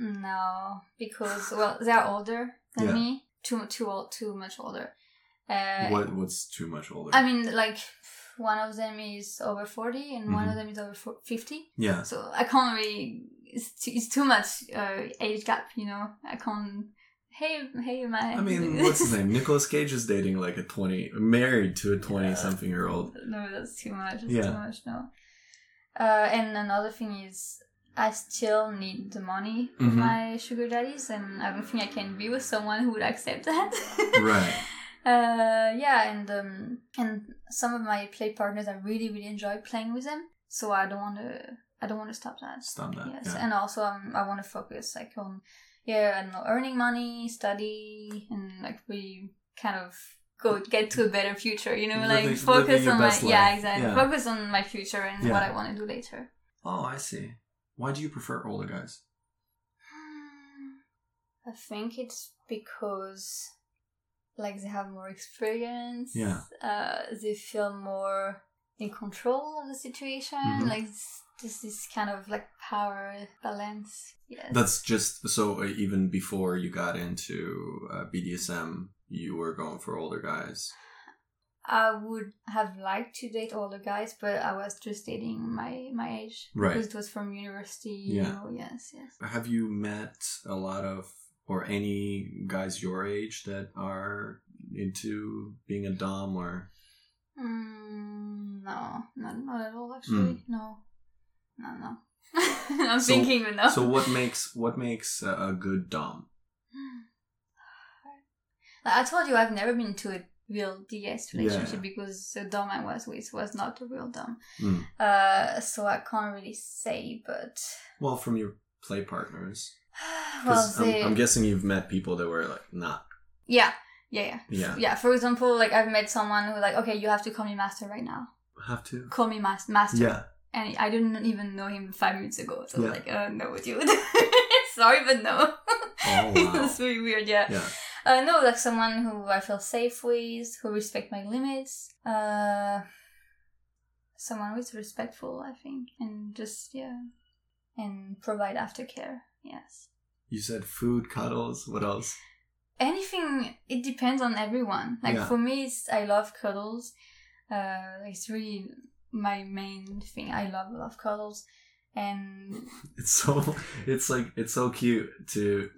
no because well they're older than
Yeah.
me too too old too much older uh,
what What's too much older?
i mean like one of them is over 40 and one
Mhm.
of them is over fo- 50
yeah.
so i can't really it's too, it's too much uh, age gap you know i can't hey hey man
I mean, what's his name? Nicolas Cage is dating like a 20, married to a 20 something year old.
No, that's too much. That's
Yeah.
too much. No. Uh, and another thing is, I still need the money for
Mhm.
my sugar daddies, and I don't think I can be with someone who would accept that.
Right.
Uh, yeah, and um, and some of my play partners, I really really enjoy playing with them, so I don't want to. I don't want to stop that.
Stop that.
Yes,
yeah.
and also um, I want to focus like on yeah, I don't know, earning money, study, and like really kind of go get to a better future. You know, like
Living- living
focus
your
on my
best life.
yeah, exactly.
Yeah.
Focus on my future and
Yeah.
what I want to do later.
Oh, I see. Why do you prefer older guys?
I think it's because like they have more experience.
Yeah.
Uh, they feel more in control of the situation.
Mhm.
Like s- just this kind of like power balance. Yes.
That's just so. uh, Even before you got into uh, BDSM, you were going for older guys.
I would have liked to date older guys, but I was just dating my my age
Right.
because it was from university.
Yeah.
You know, yes, yes.
Have you met a lot of or any guys your age that are into being a dom or
Mm, no, not not at all. Actually, no, no, no.
Hmm.
I'm
So-
thinking, but no.
so what makes what makes a, a good dom
Like I told you, I've never been to a real DS
Yeah.
relationship because the dom I was with was not a real dom.
Mm.
Uh, so I can't really say, but
well from your play partners
well,
because
they,
I'm, I'm guessing you've met people that were like not
yeah, yeah, yeah.
yeah
Yeah, for example, like I've met someone who like, okay, you have to call me master right now.
have to
Call me mas- master.
yeah
And I didn't even know him five minutes ago. So
Yeah.
I was like, uh, no, dude. Sorry, but no.
oh wow
it's really weird, yeah.
yeah
Uh, no, like someone who I feel safe with, who respect my limits. Uh, someone who's respectful, I think. And just, yeah. And provide aftercare, yes.
you said food cuddles what else
anything it depends on everyone like
Yeah.
for me it's i love cuddles uh it's really my main thing i love love cuddles and
it's so it's like it's so cute to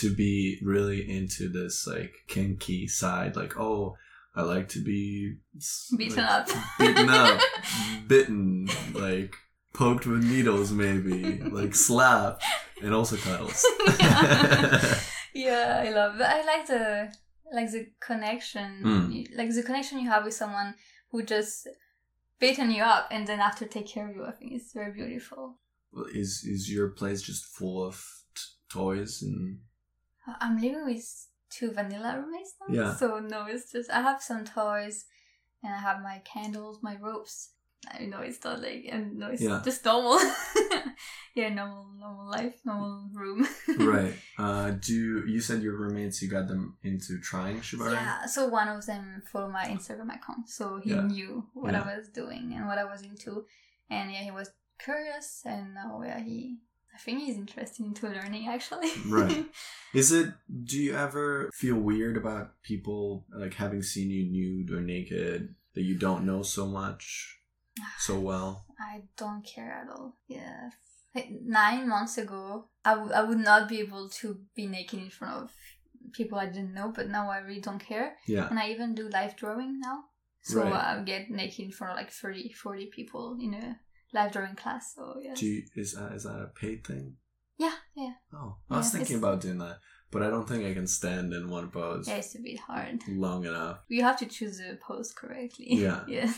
to be really into this like kinky side like oh i like to be s-
Beaten
like,
up.
beaten up bitten like poked with needles maybe like slapped and also cuddles
yeah i love i like the like the connection,
Mm.
you- like the connection you have with someone who just beaten you up and then after take care of you. I think it's very beautiful.
Is is your place just full of t- toys and
I- Uh, I'm living with two vanilla roommates now,
Yeah.
so no, it's just I have some toys, and I have my candles, my ropes. I know it's not like, and no, it's
Yeah.
just normal. yeah, normal, normal life, normal room.
right? Uh, do you said your roommates you got them into trying shibari?
Yeah, so one of them follow my Instagram account, so he
Yeah.
knew what
Yeah.
I was doing and what I was into, and yeah, he was curious, and now yeah, he, I think he's interested into learning actually.
Right. Is it? Do you ever feel weird about people like having seen you nude or naked that you don't know so much, so well?
I don't care at all. Yeah, like nine months ago, I, w- I would not be able to be naked in front of people I didn't know, but now I really don't care,
Yeah.
and I even do live drawing now. So
Right.
I get naked in front of like 30, 40 people in a live drawing class. So yeah.
Do you, is that is that a paid thing?
Yeah, yeah.
Oh, I was
Yeah,
thinking
it's-
about doing that, but I don't think I can stand in one pose
Yeah, it's a bit hard.
long enough.
You have to choose the pose correctly.
Yeah.
yeah.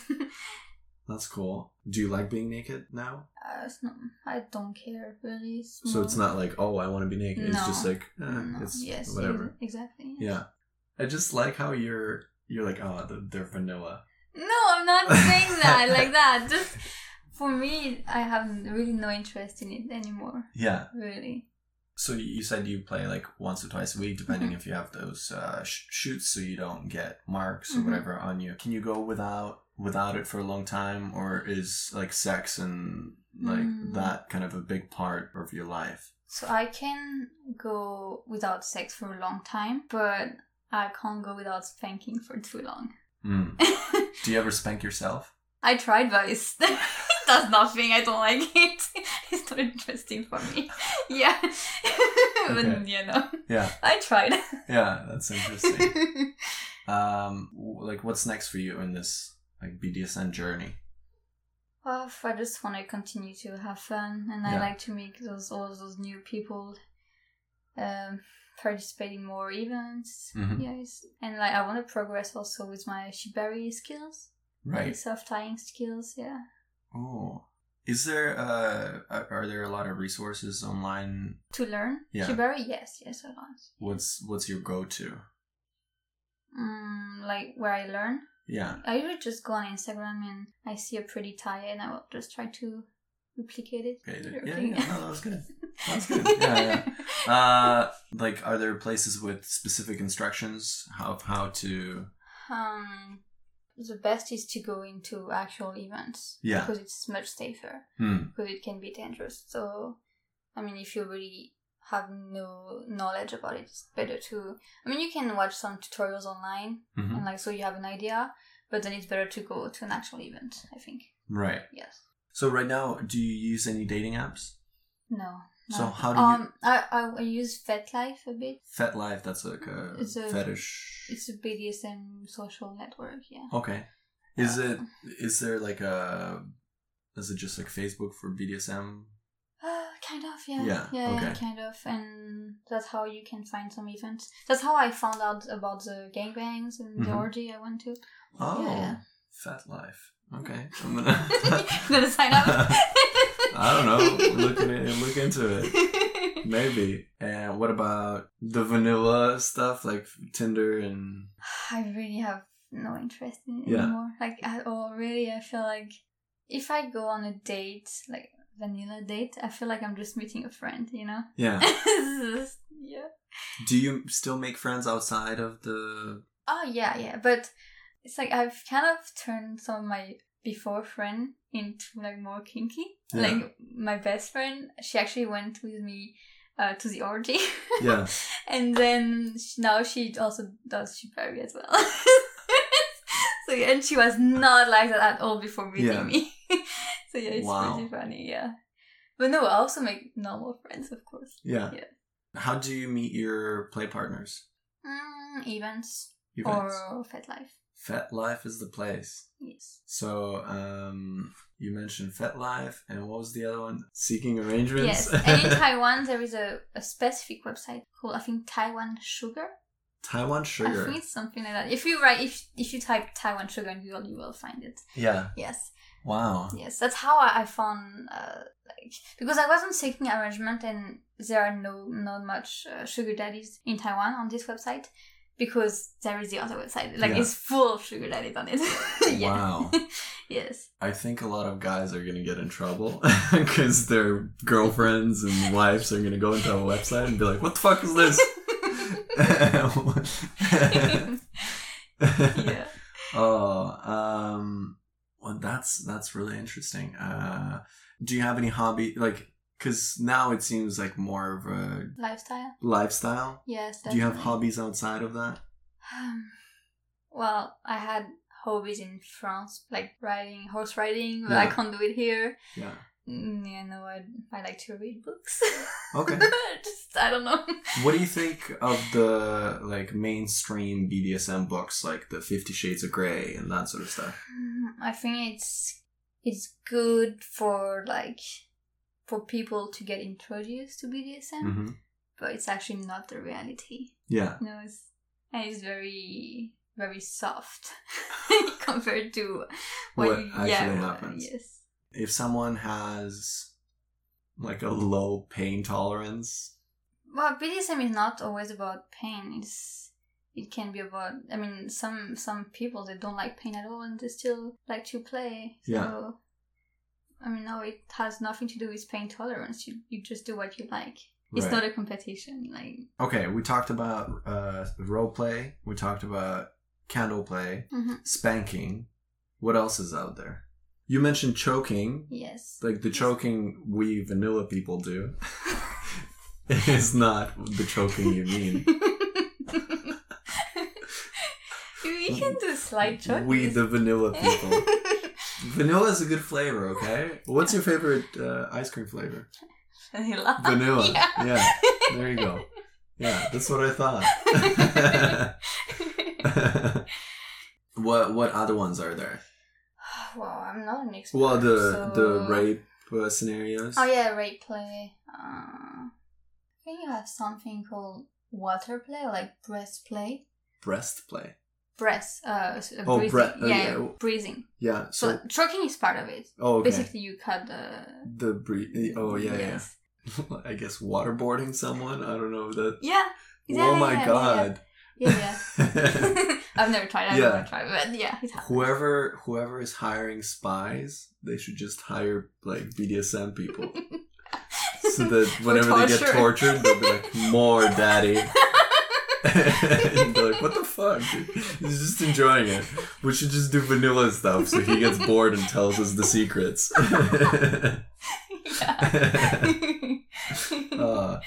That's cool. Do you like being naked now?
Uh, it's not, I don't care really.
So it's not like oh, I want to be naked. It's
Mm. No.
just like eh,
No,
it's
yes,
whatever.
ex- Exactly.
Yeah. I just like how you're you're like oh they're, they're vanilla.
No, I'm not saying that like that. Just for me, I have really no interest in it anymore.
Yeah.
Really.
So you said you play like once or twice a week, depending
Mm-hmm.
if you have those uh, sh- shoots, so you don't get marks or
Mhm.
whatever on you. Can you go without without it for a long time, or is like sex and like
Mm.
that kind of a big part of your life?
So I can go without sex for a long time, but I can't go without spanking for too long.
Mm. Do you ever spank yourself?
I tried, but it's, it does nothing. I don't like it. It's not interesting for me. Yeah.
Okay.
but, you know,
Yeah,
I tried.
yeah, that's interesting. um, w- like what's next for you in this like BDSM journey?
well, if I just want to continue to have fun, and
Yeah.
I like to make those all those new people um, participate in more events.
Mhm.
Yes, and like I want to progress also with my shibari skills,
Right.
self tying skills. Yeah.
Oh, is there uh are are there a lot of resources online
To learn
Yeah.
shibari, yes, yes, I want.
what's what's your go-to
Mm, like where I learn.
yeah
I usually just go on Instagram and I see a pretty tie and I will just try to replicate it.
okay th- yeah,
Replicate-
yeah no, that was good that was good yeah, yeah. uh like are there places with specific instructions how of how to
Um, the best is to go into actual events
Yeah.
because it's much safer
hmm
because it can be dangerous. So, I mean, if you really have no knowledge about it, it's better to. I mean, you can watch some tutorials online
mhm.
and like so you have an idea, but then it's better to go to an actual event. I think
right
yes.
so right now do you use any dating apps
No.
So
no.
how do you-
um, I, I I use FetLife a bit.
fetlife that's like a
It's a-
fetish
It's a BDSM social network, yeah.
okay is it is there like a is it just like facebook for bdsm
Uh, kind of, yeah.
Yeah,
yeah,
okay.
kind of. And that's how you can find some events. That's how I found out about the gangbangs and the
Mhm.
orgy I went to.
oh
Yeah.
fetlife okay i'm gonna
Gonna sign up.
i don't know look, at it, look into it
it.
Maybe. And what about the vanilla stuff like Tinder and
I really have no interest in it
Yeah.
anymore. Like at all, really. I feel like if I go on a date, like vanilla date, I feel like I'm just meeting a friend, you know?
yeah?
yeah.
Do you still make friends outside of the
Oh yeah, yeah, but it's like I've kind of turned some of my before friend into like more kinky.
Yeah.
Like my best friend, she actually went with me uh, to the orgy,
yeah?
and then she, now she also does shibari as well. so yeah, and she was not like that at all before meeting
Yeah.
me. so yeah, it's
Wow.
pretty funny, yeah. But no, I also make normal friends, of course.
yeah?
Yeah.
How do you meet your play partners?
Mm, events,
Events.
or fat life,
Fat Life is the place.
yes.
So um, you mentioned Fat Life, and what was the other one? Seeking arrangements.
Yes, and in Taiwan there is a, a specific website called I think Taiwan Sugar
Taiwan
I
sugar.
think it's something like that. If you write, if if you type Taiwan sugar in Google, you will find it.
Yeah.
Yes,
Wow.
yes. That's how I, I found uh, like because I wasn't seeking arrangement, and there are no not much uh, sugar daddies in Taiwan on this website because there is the other website. Like
Yeah.
it's full of sugar daddies on it. yeah.
Wow.
yes.
I think a lot of guys are gonna get in trouble because their girlfriends and wives are gonna go into a website and be like, "What the fuck is this?"
yeah.
Oh, um, well, that's that's really interesting. Uh, do you have any hobby like? Because now it seems like more of a
Lifestyle.
lifestyle.
Yes.
Do you have
definitely.
hobbies outside of that?
Um, well, I had hobbies in France, like riding, horse riding, but I
Yeah.
can't do it here.
Yeah.
Mm, Yeah, no, I, I like to read books.
Okay.
Just, I don't know.
what do you think of the like mainstream BDSM books, like the Fifty Shades of Grey and that sort of stuff?
Mm, I think it's it's good for like for people to get introduced to BDSM,
hmm
but it's actually not the reality.
Yeah.
No, it's and it's very very soft compared to what,
What
you-
actually
yeah,
happens.
Yes.
If someone has like a low pain tolerance,
well BDSM is not always about pain it's it can be about I mean some some people they don't like pain at all and they still like to play so
Yeah.
I mean no it has nothing to do with pain tolerance you, you just do what you like it's
right.
not a competition like
okay, we talked about uh, role play, we talked about candle play,
Mhm.
spanking. What else is out there? You mentioned choking,
yes
like the choking we vanilla people do. is not the choking you mean.
you can do slight choice
we the vanilla people. vanilla is a good flavor, okay? What's your favorite uh, ice cream flavor?
vanilla
Vanilla.
Yeah.
yeah. There you go. Yeah, that's what I thought. what what other ones are there?
well I'm not an expert
Well, the the
so-
rape uh, scenarios.
Oh yeah, rape play. Uh, I think you have something called water play, or like breast play.
Breast play.
Breast, uh, s- uh,
Oh,
breathing.
bre- uh,
yeah,
yeah.
breathing.
Yeah.
So,
So.
choking is part of it.
Oh, okay.
Basically, you cut the.
The breed. Oh, yeah, yeah. I guess waterboarding someone. I don't know if that.
Yeah. Yeah,
oh
yeah,
my
yeah, yeah,
god.
Yeah, yeah. yeah. I've never tried. I've
Yeah.
never tried, but yeah, it happens.
whoever whoever is hiring spies, they should just hire like BDSM people. so that whenever they get
torture.
tortured, they'll be like, "More, daddy." and be like, "What the fuck? dude? He's just enjoying it. We should just do vanilla stuff." So he gets bored and tells us the secrets.
yeah.
uh,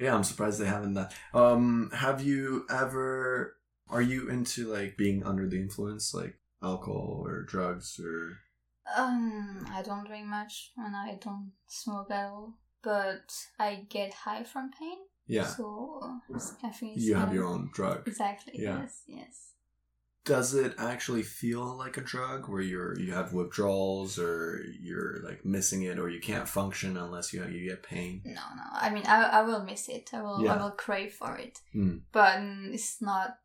yeah, I'm surprised they haven't that. Um, have you ever? Are you into like being under the influence, like alcohol or drugs or?
Um, I don't drink much and I don't smoke at all, but I get high from pain.
Yeah,
So I think it's
you have
kind
your
of-
own drug.
Exactly.
Yeah.
Yes. Yes.
Does it actually feel like a drug where you're you have withdrawals or you're like missing it or you can't function unless you you get pain?
No, no. I mean, I, I will miss it. I will I
Yeah.
will crave for it.
Mm.
But mm, it's not.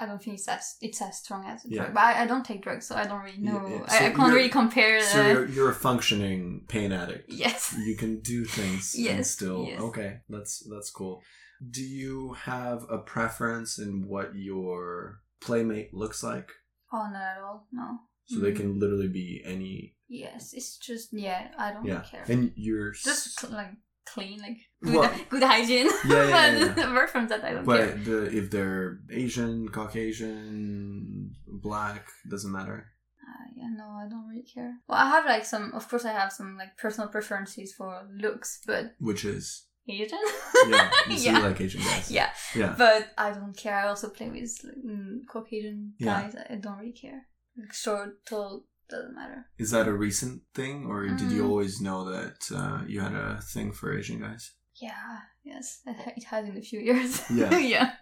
I don't think it's as it's as strong as a
Yeah.
drug. But I, I don't take drugs, so I don't really
Yeah,
know.
yeah.
I, I
So
can't
you're-
really compare. The,
So you're, you're a functioning pain addict.
yes.
You can do things and
Yes,
still
yes.
okay. That's that's cool. Do you have a preference in what your playmate looks like?
Oh, not at all. No.
So they
Mm.
can literally be any.
Yes. It's just yeah. I don't
yeah,
care.
and you're s-
just cl- like clean, like good,
Well-
good hygiene.
Yeah, yeah, yeah,
But apart from that, I don't care.
But the, if they're Asian, Caucasian, black, doesn't matter.
Uh, yeah, no, I don't really care. Well, I have like some, of course, I have some like personal preferences for looks, but
Which is
Asian.
yeah, you see
yeah.
like Asian guys.
Yeah.
Yeah.
but I don't care. I also play with like, mm, Caucasian
Yeah.
guys. I don't really care. Like short, tall, doesn't matter.
Is that a recent thing, or did you
Mm.
always know that uh, you had a thing for Asian guys?
Yeah, yes, it ha- it has in a few years.
Yeah.
yeah.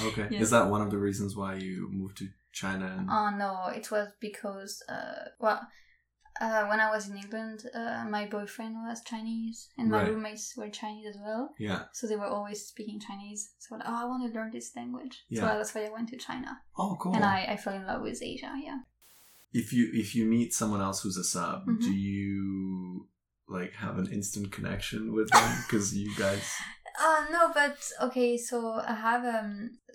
Okay.
Yeah.
Is that one of the reasons why you moved to China? And...
Oh no, it was because uh, well, uh, when I was in England, uh, my boyfriend was Chinese and my
Right.
roommates were Chinese as well.
Yeah.
So they were always speaking Chinese. So like, oh, I want to learn this language.
Yeah.
So that's why I went to China
Oh, cool.
and I, I fell in love with Asia. Yeah.
if you if you meet someone else who's a sub,
Mhm.
do you like have an instant connection with them because you guys?
Uh, no, but okay, so I have um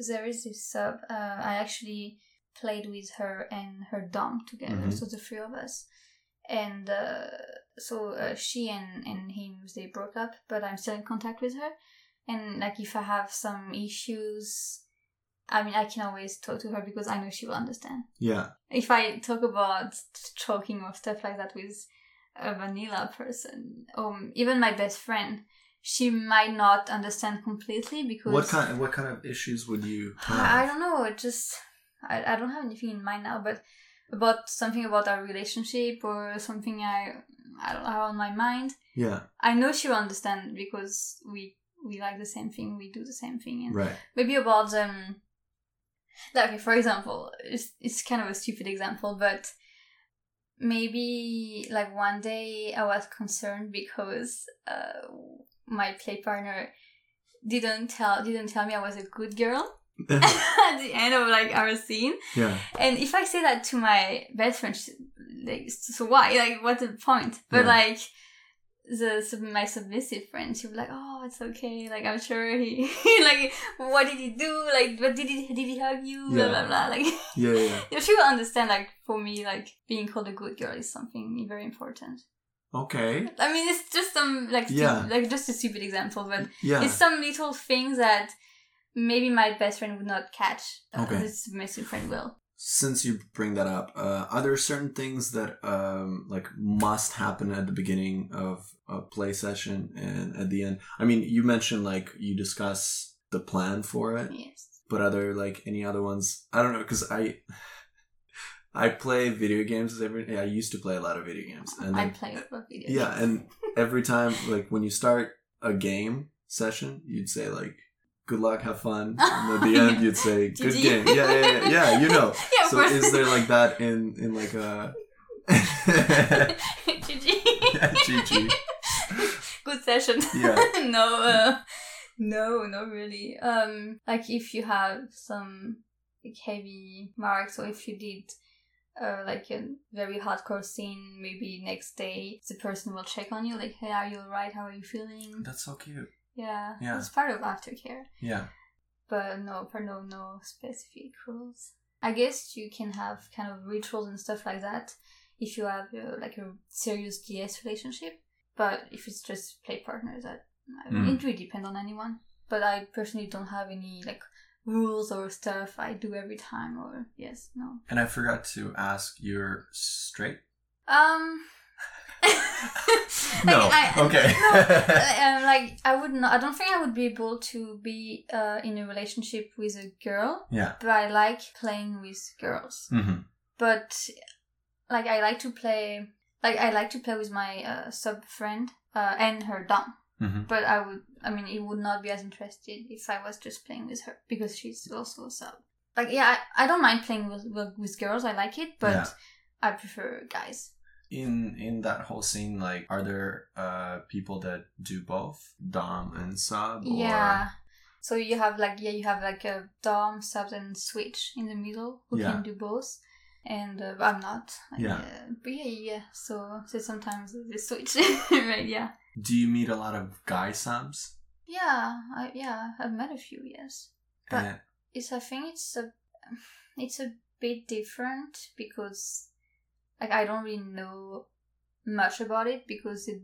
there is this sub uh I actually played with her and her dom together,
Mhm.
so the three of us. And uh, so uh, she and, and him they broke up, but I'm still in contact with her. And like if I have some issues, I mean I can always talk to her because I know she will understand.
Yeah.
If I talk about choking or stuff like that with a vanilla person, um, even my best friend, she might not understand completely because
What kind what kind of issues would you
I I
have?
don't know. it Just I, I don't have anything in mind now, but about something about our relationship or something I I don't have on my mind.
Yeah.
I know she will understand because we we like the same thing, we do the same thing, and
Right.
maybe about um like okay, for example it's, it's kind of a stupid example but maybe like one day i was concerned because uh my play partner didn't tell didn't tell me i was a good girl at the end of like our scene
yeah.
and if i say that to my best friend she, like so why like what's the point but
Yeah.
like the sub- my submissive friend she was like oh it's okay like i'm sure he like what did he do like but did he did he hug you blah blah
Yeah.
blah like
Yeah. Yeah.
if she will understand like for me like being called a good girl is something very important
Okay.
i mean it's just some like stu-
Yeah.
like just a stupid example but
Yeah.
it's some little things that maybe my best friend would not catch uh,
Okay.
this submissive friend will
Since you bring that up, uh, are there certain things that um, like must happen at the beginning of a play session and at the end? I mean, you mentioned like you discuss the plan for it.
yes
but are there like any other ones i don't know because i i play video games every yeah, i used to play a lot of video games and
I
then-
play a lot of videos.
yeah and every time like when you start a game session you'd say like good luck have fun and at the end you'd say good
GG.
game yeah yeah yeah, yeah you know
Yeah, of
so
course.
is there like that in in like a GG.
GG. Good session.
Yeah.
no, uh, no, not really. Um, like if you have some like, heavy marks, or if you did. Uh, like a very hardcore scene, maybe next day the person will check on you, like, hey, are you alright? How are you feeling?
that's so cute
Yeah,
Yeah.
it's part of aftercare.
yeah
but no, for no, no specific rules. I guess you can have kind of rituals and stuff like that if you have uh, like a serious DS relationship. But if it's just play partners, that I mean,
Mm.
it really depends on anyone. But I personally don't have any like rules or stuff I do every time or yes, no.
and i forgot to ask you're straight
Um.
No,
like, I-
okay.
no, I- I'm like I would not. I don't think I would be able to be uh, in a relationship with a girl
yeah
but I like playing with girls.
mm-hmm.
But like I like to play like I like to play with my uh, sub friend uh, and her dom.
Mm-hmm.
But I would I mean it would not be as interested if I was just playing with her because she's also a sub. Like yeah, I, I don't mind playing with, with with girls. I like it, but
Yeah.
I prefer guys.
in in that whole scene like are there uh people that do both dom and sub or...
Yeah. So you have like yeah, you have like a dom, sub, and switch in the middle who
Yeah.
can do both. And uh, I'm not. Like,
Yeah.
Uh, but yeah, yeah. yeah. So so sometimes they switch, right? Yeah.
do you meet a lot of guy subs
Yeah. I, yeah. I've met a few. Yes. But-
And-
It's I think it's a it's a bit different because like I don't really know much about it because it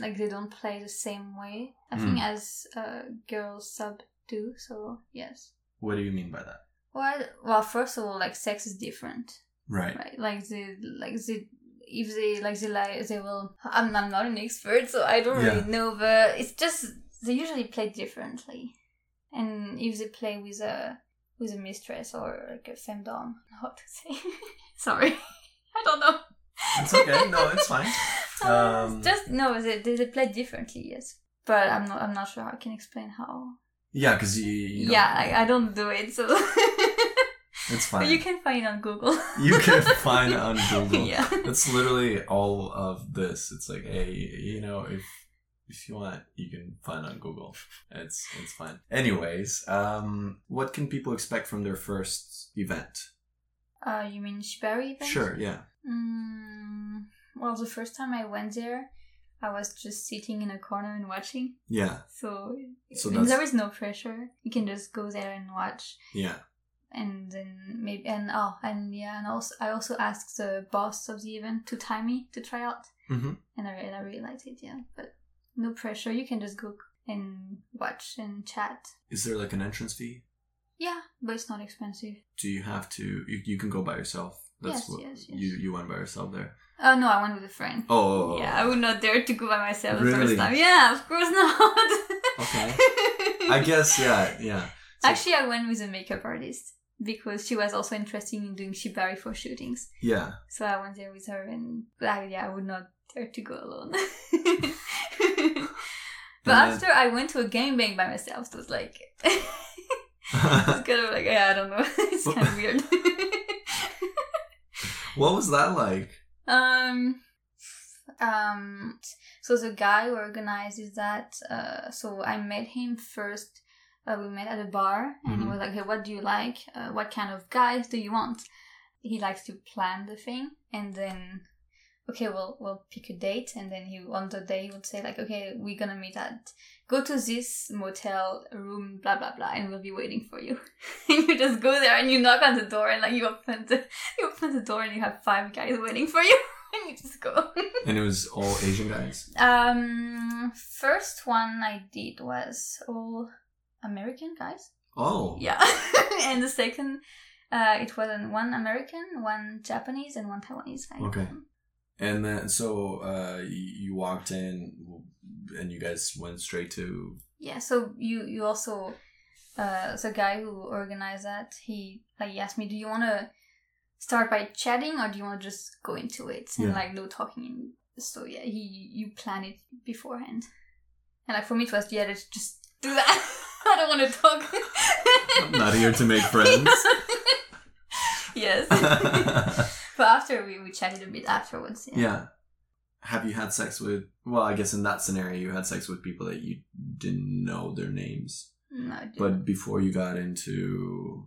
like they don't play the same way I think
Mm.
as uh, girls sub do. So yes.
what do you mean by that
Well, well, first of all, like sex is different,
right
right? Like the like the if they like they like they will. I'm I'm not an expert, so I don't
Yeah.
really know, but it's just they usually play differently, and if they play with a with a mistress or like a femdom, how to say? Sorry, I don't know.
it's okay no it's fine
Uh, it's
Um,
just no, they, they they play differently, yes. But I'm not I'm not sure I can explain how.
yeah because you, you don't-
yeah, I, I don't do it, so.
It's fine.
You can find on Google.
You can find on Google.
yeah.
That's literally all of this. It's like, hey, you know, if if you want, you can find on Google. It's it's fine. Anyways, um, what can people expect from their first event?
Uh, you mean Shibari event?
Sure, yeah.
Mm, well, the first time I went there, I was just sitting in a corner and watching.
Yeah,
So,
So
and there
that's-
is no pressure. You can just go there and watch,
yeah.
and then maybe and oh and yeah and also I also asked the boss of the event to time me to try out,
Mhm.
and I and I realized it. Yeah, but no pressure. You can just go and watch and chat.
Is there like an entrance fee?
Yeah, but it's not expensive.
Do you have to? You, you can go by yourself.
Yes, yes, yes.
You you went by yourself there.
Oh no, I went with a friend.
Oh,
Yeah, I would not dare to go by myself the
Really?
first time. Yeah, of course not.
Okay. I guess yeah, yeah. So-
Actually, I went with a makeup artist because she was also interested in doing shibari for shootings.
Yeah.
So I went there with her, and but I, yeah, I would not dare to go alone. but
And
after I went to a gangbang by myself, it was like it's
then-
kind of like yeah, I don't know, it's kind of weird.
what was that like?
um, um, so the guy who organizes that, uh, so I met him first. Uh, we met at a bar, and he
Mhm.
was like, "Hey, what do you like? Uh, what kind of guys do you want?" He likes to plan the thing, and then, okay, we'll we'll pick a date, and then he on the day he would say like, "Okay, we're gonna meet at go to this motel room, blah blah blah, and we'll be waiting for you." and you just go there and you knock on the door, and like you open the you open the door, and you have five guys waiting for you, and you just go.
And it was all Asian guys.
Um, first one I did was all American guys.
Oh.
Yeah, and the second, uh, it was an- one American, one Japanese, and one Taiwanese guy.
Okay. And then so uh, y- you walked in, and you guys went straight to
Yeah. So you you also, uh, the guy who organized that, he like he asked me, do you want to start by chatting or do you want to just go into it and
Yeah.
like no talking? So yeah, he you plan it beforehand, and like for me it was yeah, let's just do that. I don't want to talk.
I'm not here to make friends.
yes. but after we, we chatted a bit afterwards. Yeah.
yeah. Have you had sex with? Well, I guess in that scenario, you had sex with people that you didn't know their names.
No, I didn't.
But before you got into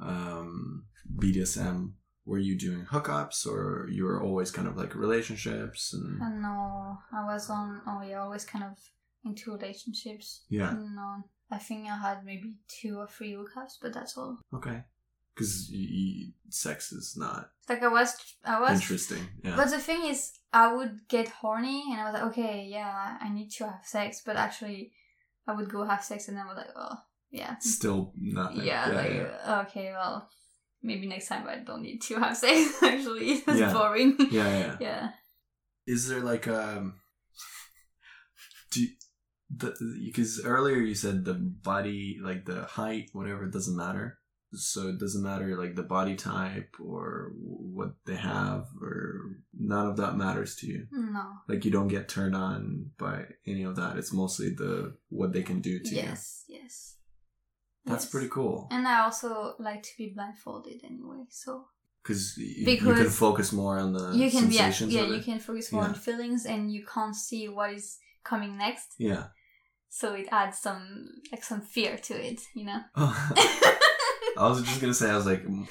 um, BDSM, were you doing hookups, or you were always kind of like relationships and
Uh, no, I was on. Oh yeah, always kind of into relationships.
yeah?
No, I think I had maybe two or three hookups, but that's all.
Okay, because y- y- sex is not
Like I was, I was.
interesting. Yeah.
But the thing is, I would get horny, and I was like, okay, yeah, I need to have sex. But actually, I would go have sex, and I was like, oh, yeah,
Still nothing.
yeah, like okay, well, maybe next time I don't need to have sex. Actually, it's
Yeah.
boring.
yeah, yeah, yeah.
yeah.
Is there like um, do because earlier you said the body, like the height, whatever, it doesn't matter. So it doesn't matter like the body type or what they have or none of that matters to you.
No.
Like you don't get turned on by any of that. It's mostly the what they can do to you.
Yes. Yes.
That's
Yes.
pretty cool
And I also like to be blindfolded anyway, so
cause you, you can
Because
focus more on the
you can yeah,
Uh, sensations
yeah
of it.
you can focus more on
Yeah.
feelings and you can't see what is coming next,
Yeah.
so it adds some like some fear to it, you know.
I was just gonna say, I was like, m-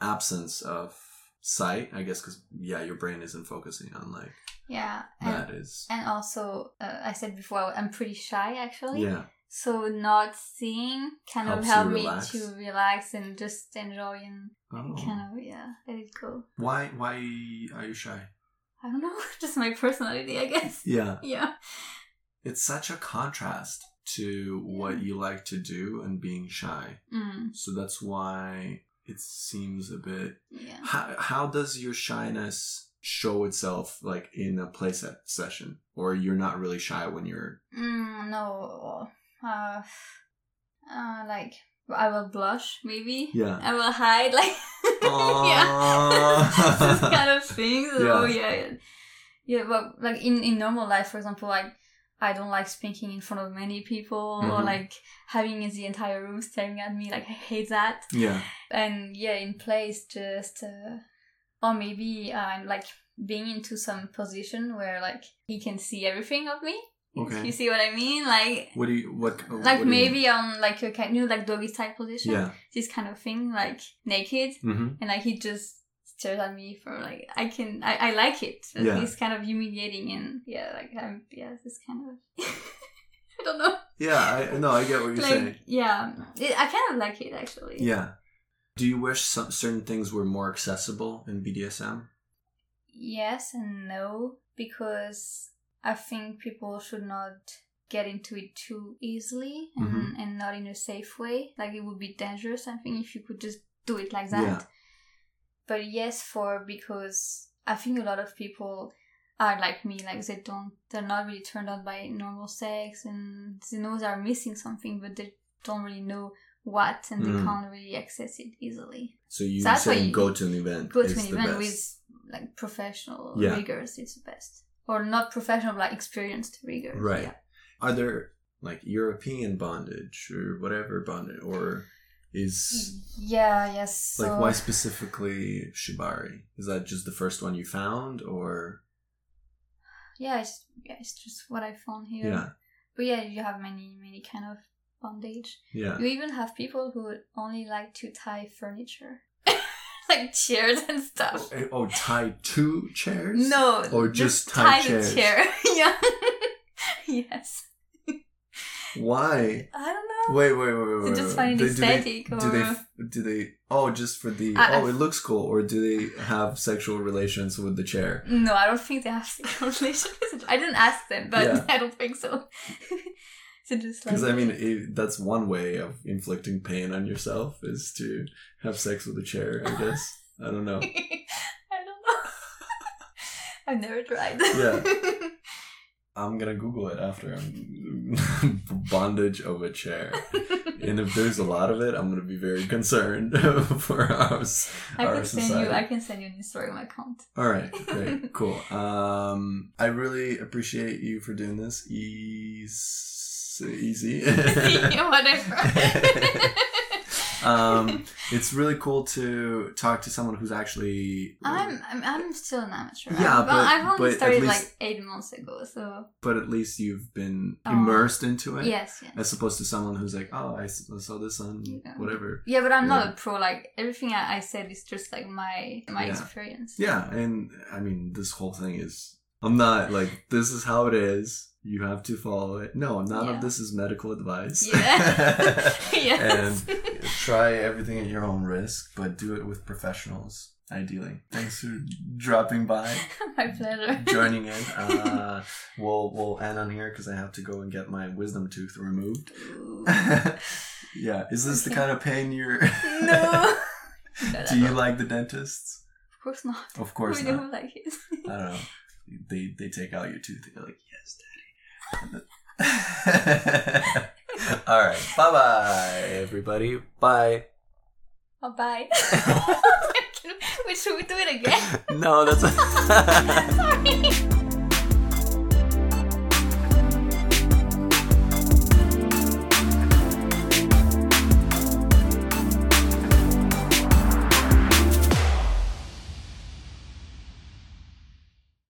absence of sight, I guess, because yeah, your brain isn't focusing on like
yeah, and
that is,
and also uh, I said before I'm pretty shy actually,
yeah,
so not seeing kind
Helps
of
you
helped me
relax.
to relax and just enjoy and
oh.
kind of yeah let it go.
why why are you shy?
I don't know, just my personality, I guess.
Yeah,
Yeah,
it's such a contrast to what you like to do and being shy,
mm,
so that's why it seems a bit.
yeah.
How how does your shyness show itself like in a play set session, or you're not really shy when you're
Mm, no. Uh, uh, like I will blush, maybe.
yeah.
I will hide, like yeah,
Aw.
this kind of things.
Yeah.
Oh yeah, yeah, yeah. But like in in normal life, for example, like I don't like speaking in front of many people or
Mhm.
like having the entire room staring at me. Like I hate that.
Yeah.
And yeah, in place just uh, or maybe I'm like being into some position where like he can see everything of me.
Okay.
You see what I mean? Like
What do you what? what
like
do you-
maybe on like a kind you know, like doggy style position.
yeah.
This kind of thing, like naked
Mm-hmm.
and like he just stares at me for like I can I, I like it.
Yeah.
It's kind of humiliating and yeah, like I'm yeah, this kind of I don't know.
Yeah. I no. I get what you're
like
saying.
yeah, it, I kind of like it actually.
Yeah. Do you wish some certain things were more accessible in BDSM?
Yes and no because I think people should not get into it too easily and,
Mhm.
and not in a safe way. Like it would be dangerous. I think if you could just do it like that.
Yeah.
But yes, for because I think a lot of people are like me, like they don't, they're not really turned on by normal sex, and they know they're missing something, but they don't really know what, and they
Mm.
can't really access it easily.
So you
So that's why
saying
you-
go to an event?
Go to
is
an
the best.
event with like professional
Yeah.
riggers is the best, or not professional, like experienced riggers.
Right.
Yeah.
Are there like European bondage or whatever bondage or is
Yeah. Yes.
like
Mm, so-
why specifically shibari? Is that just the first one you found or
Yeah. It's, yeah. It's just what I found here.
yeah.
But yeah, you have many, many kind of bondage.
Yeah.
You even have people who only like to tie furniture, like chairs and
Oh,
stuff.
eh, oh, tie two chairs?
No,
Or just tie chairs.
the chair. yeah. yes.
Why?
I don't know.
Wait, wait, wait, wait.
They
wait,
just
wait.
find it
They- do they-
aesthetic
Do they?
or-
f- Do they? Oh, just for the.
I- I-
oh, it looks cool. Or do they have sexual relations with the chair?
No, I don't think they have sexual relations. I didn't ask them, but
Yeah.
I don't think so. so just like
Because I mean, it, that's one way of inflicting pain on yourself is to have sex with a chair. I guess I don't know.
I don't know. I've never tried.
Yeah. I'm gonna Google it after. I'm bondage of a chair, and if there's a lot of it, I'm gonna be very concerned for our s-
I
our
can send
society.
you. I can send you an Instagram account.
All right, great, cool. Um, I really appreciate you for doing this. Easy, easy.
Whatever.
um, it's really cool to talk to someone who's actually.
I'm, I'm I'm still an amateur.
Yeah,
I've,
but-
I've
but
only
at
started
least-
like eight months ago, so
But at least you've been
Oh.
immersed into it,
yes, yeah,
as opposed to someone who's like, "Oh, I s- I saw this on
Yeah.
whatever."
yeah. But I'm not
Yeah.
a pro. Like everything I, I said is just like my my
Yeah.
experience.
Yeah, and I mean, this whole thing is. I'm not like this is how it is. You have to follow it. No, none
Yeah.
of this is medical advice.
Yeah. yes.
and try everything at your own risk, but do it with professionals, ideally. Thanks for dropping by,
my pleasure.
joining in. Uh, we'll we'll end on here because I have to go and get my wisdom tooth removed.
Ooh.
yeah, is this the
Okay.
kind of pain you're?
no. No,
do you like the dentists?
Of course not.
Of course
we
not. Uh.
don't like it.
I don't know. They they take out your tooth. They're like, yes, daddy. All right. Bye bye, everybody. Bye.
oh, bye. Wait, should we do it again?
No, that's.
Sorry.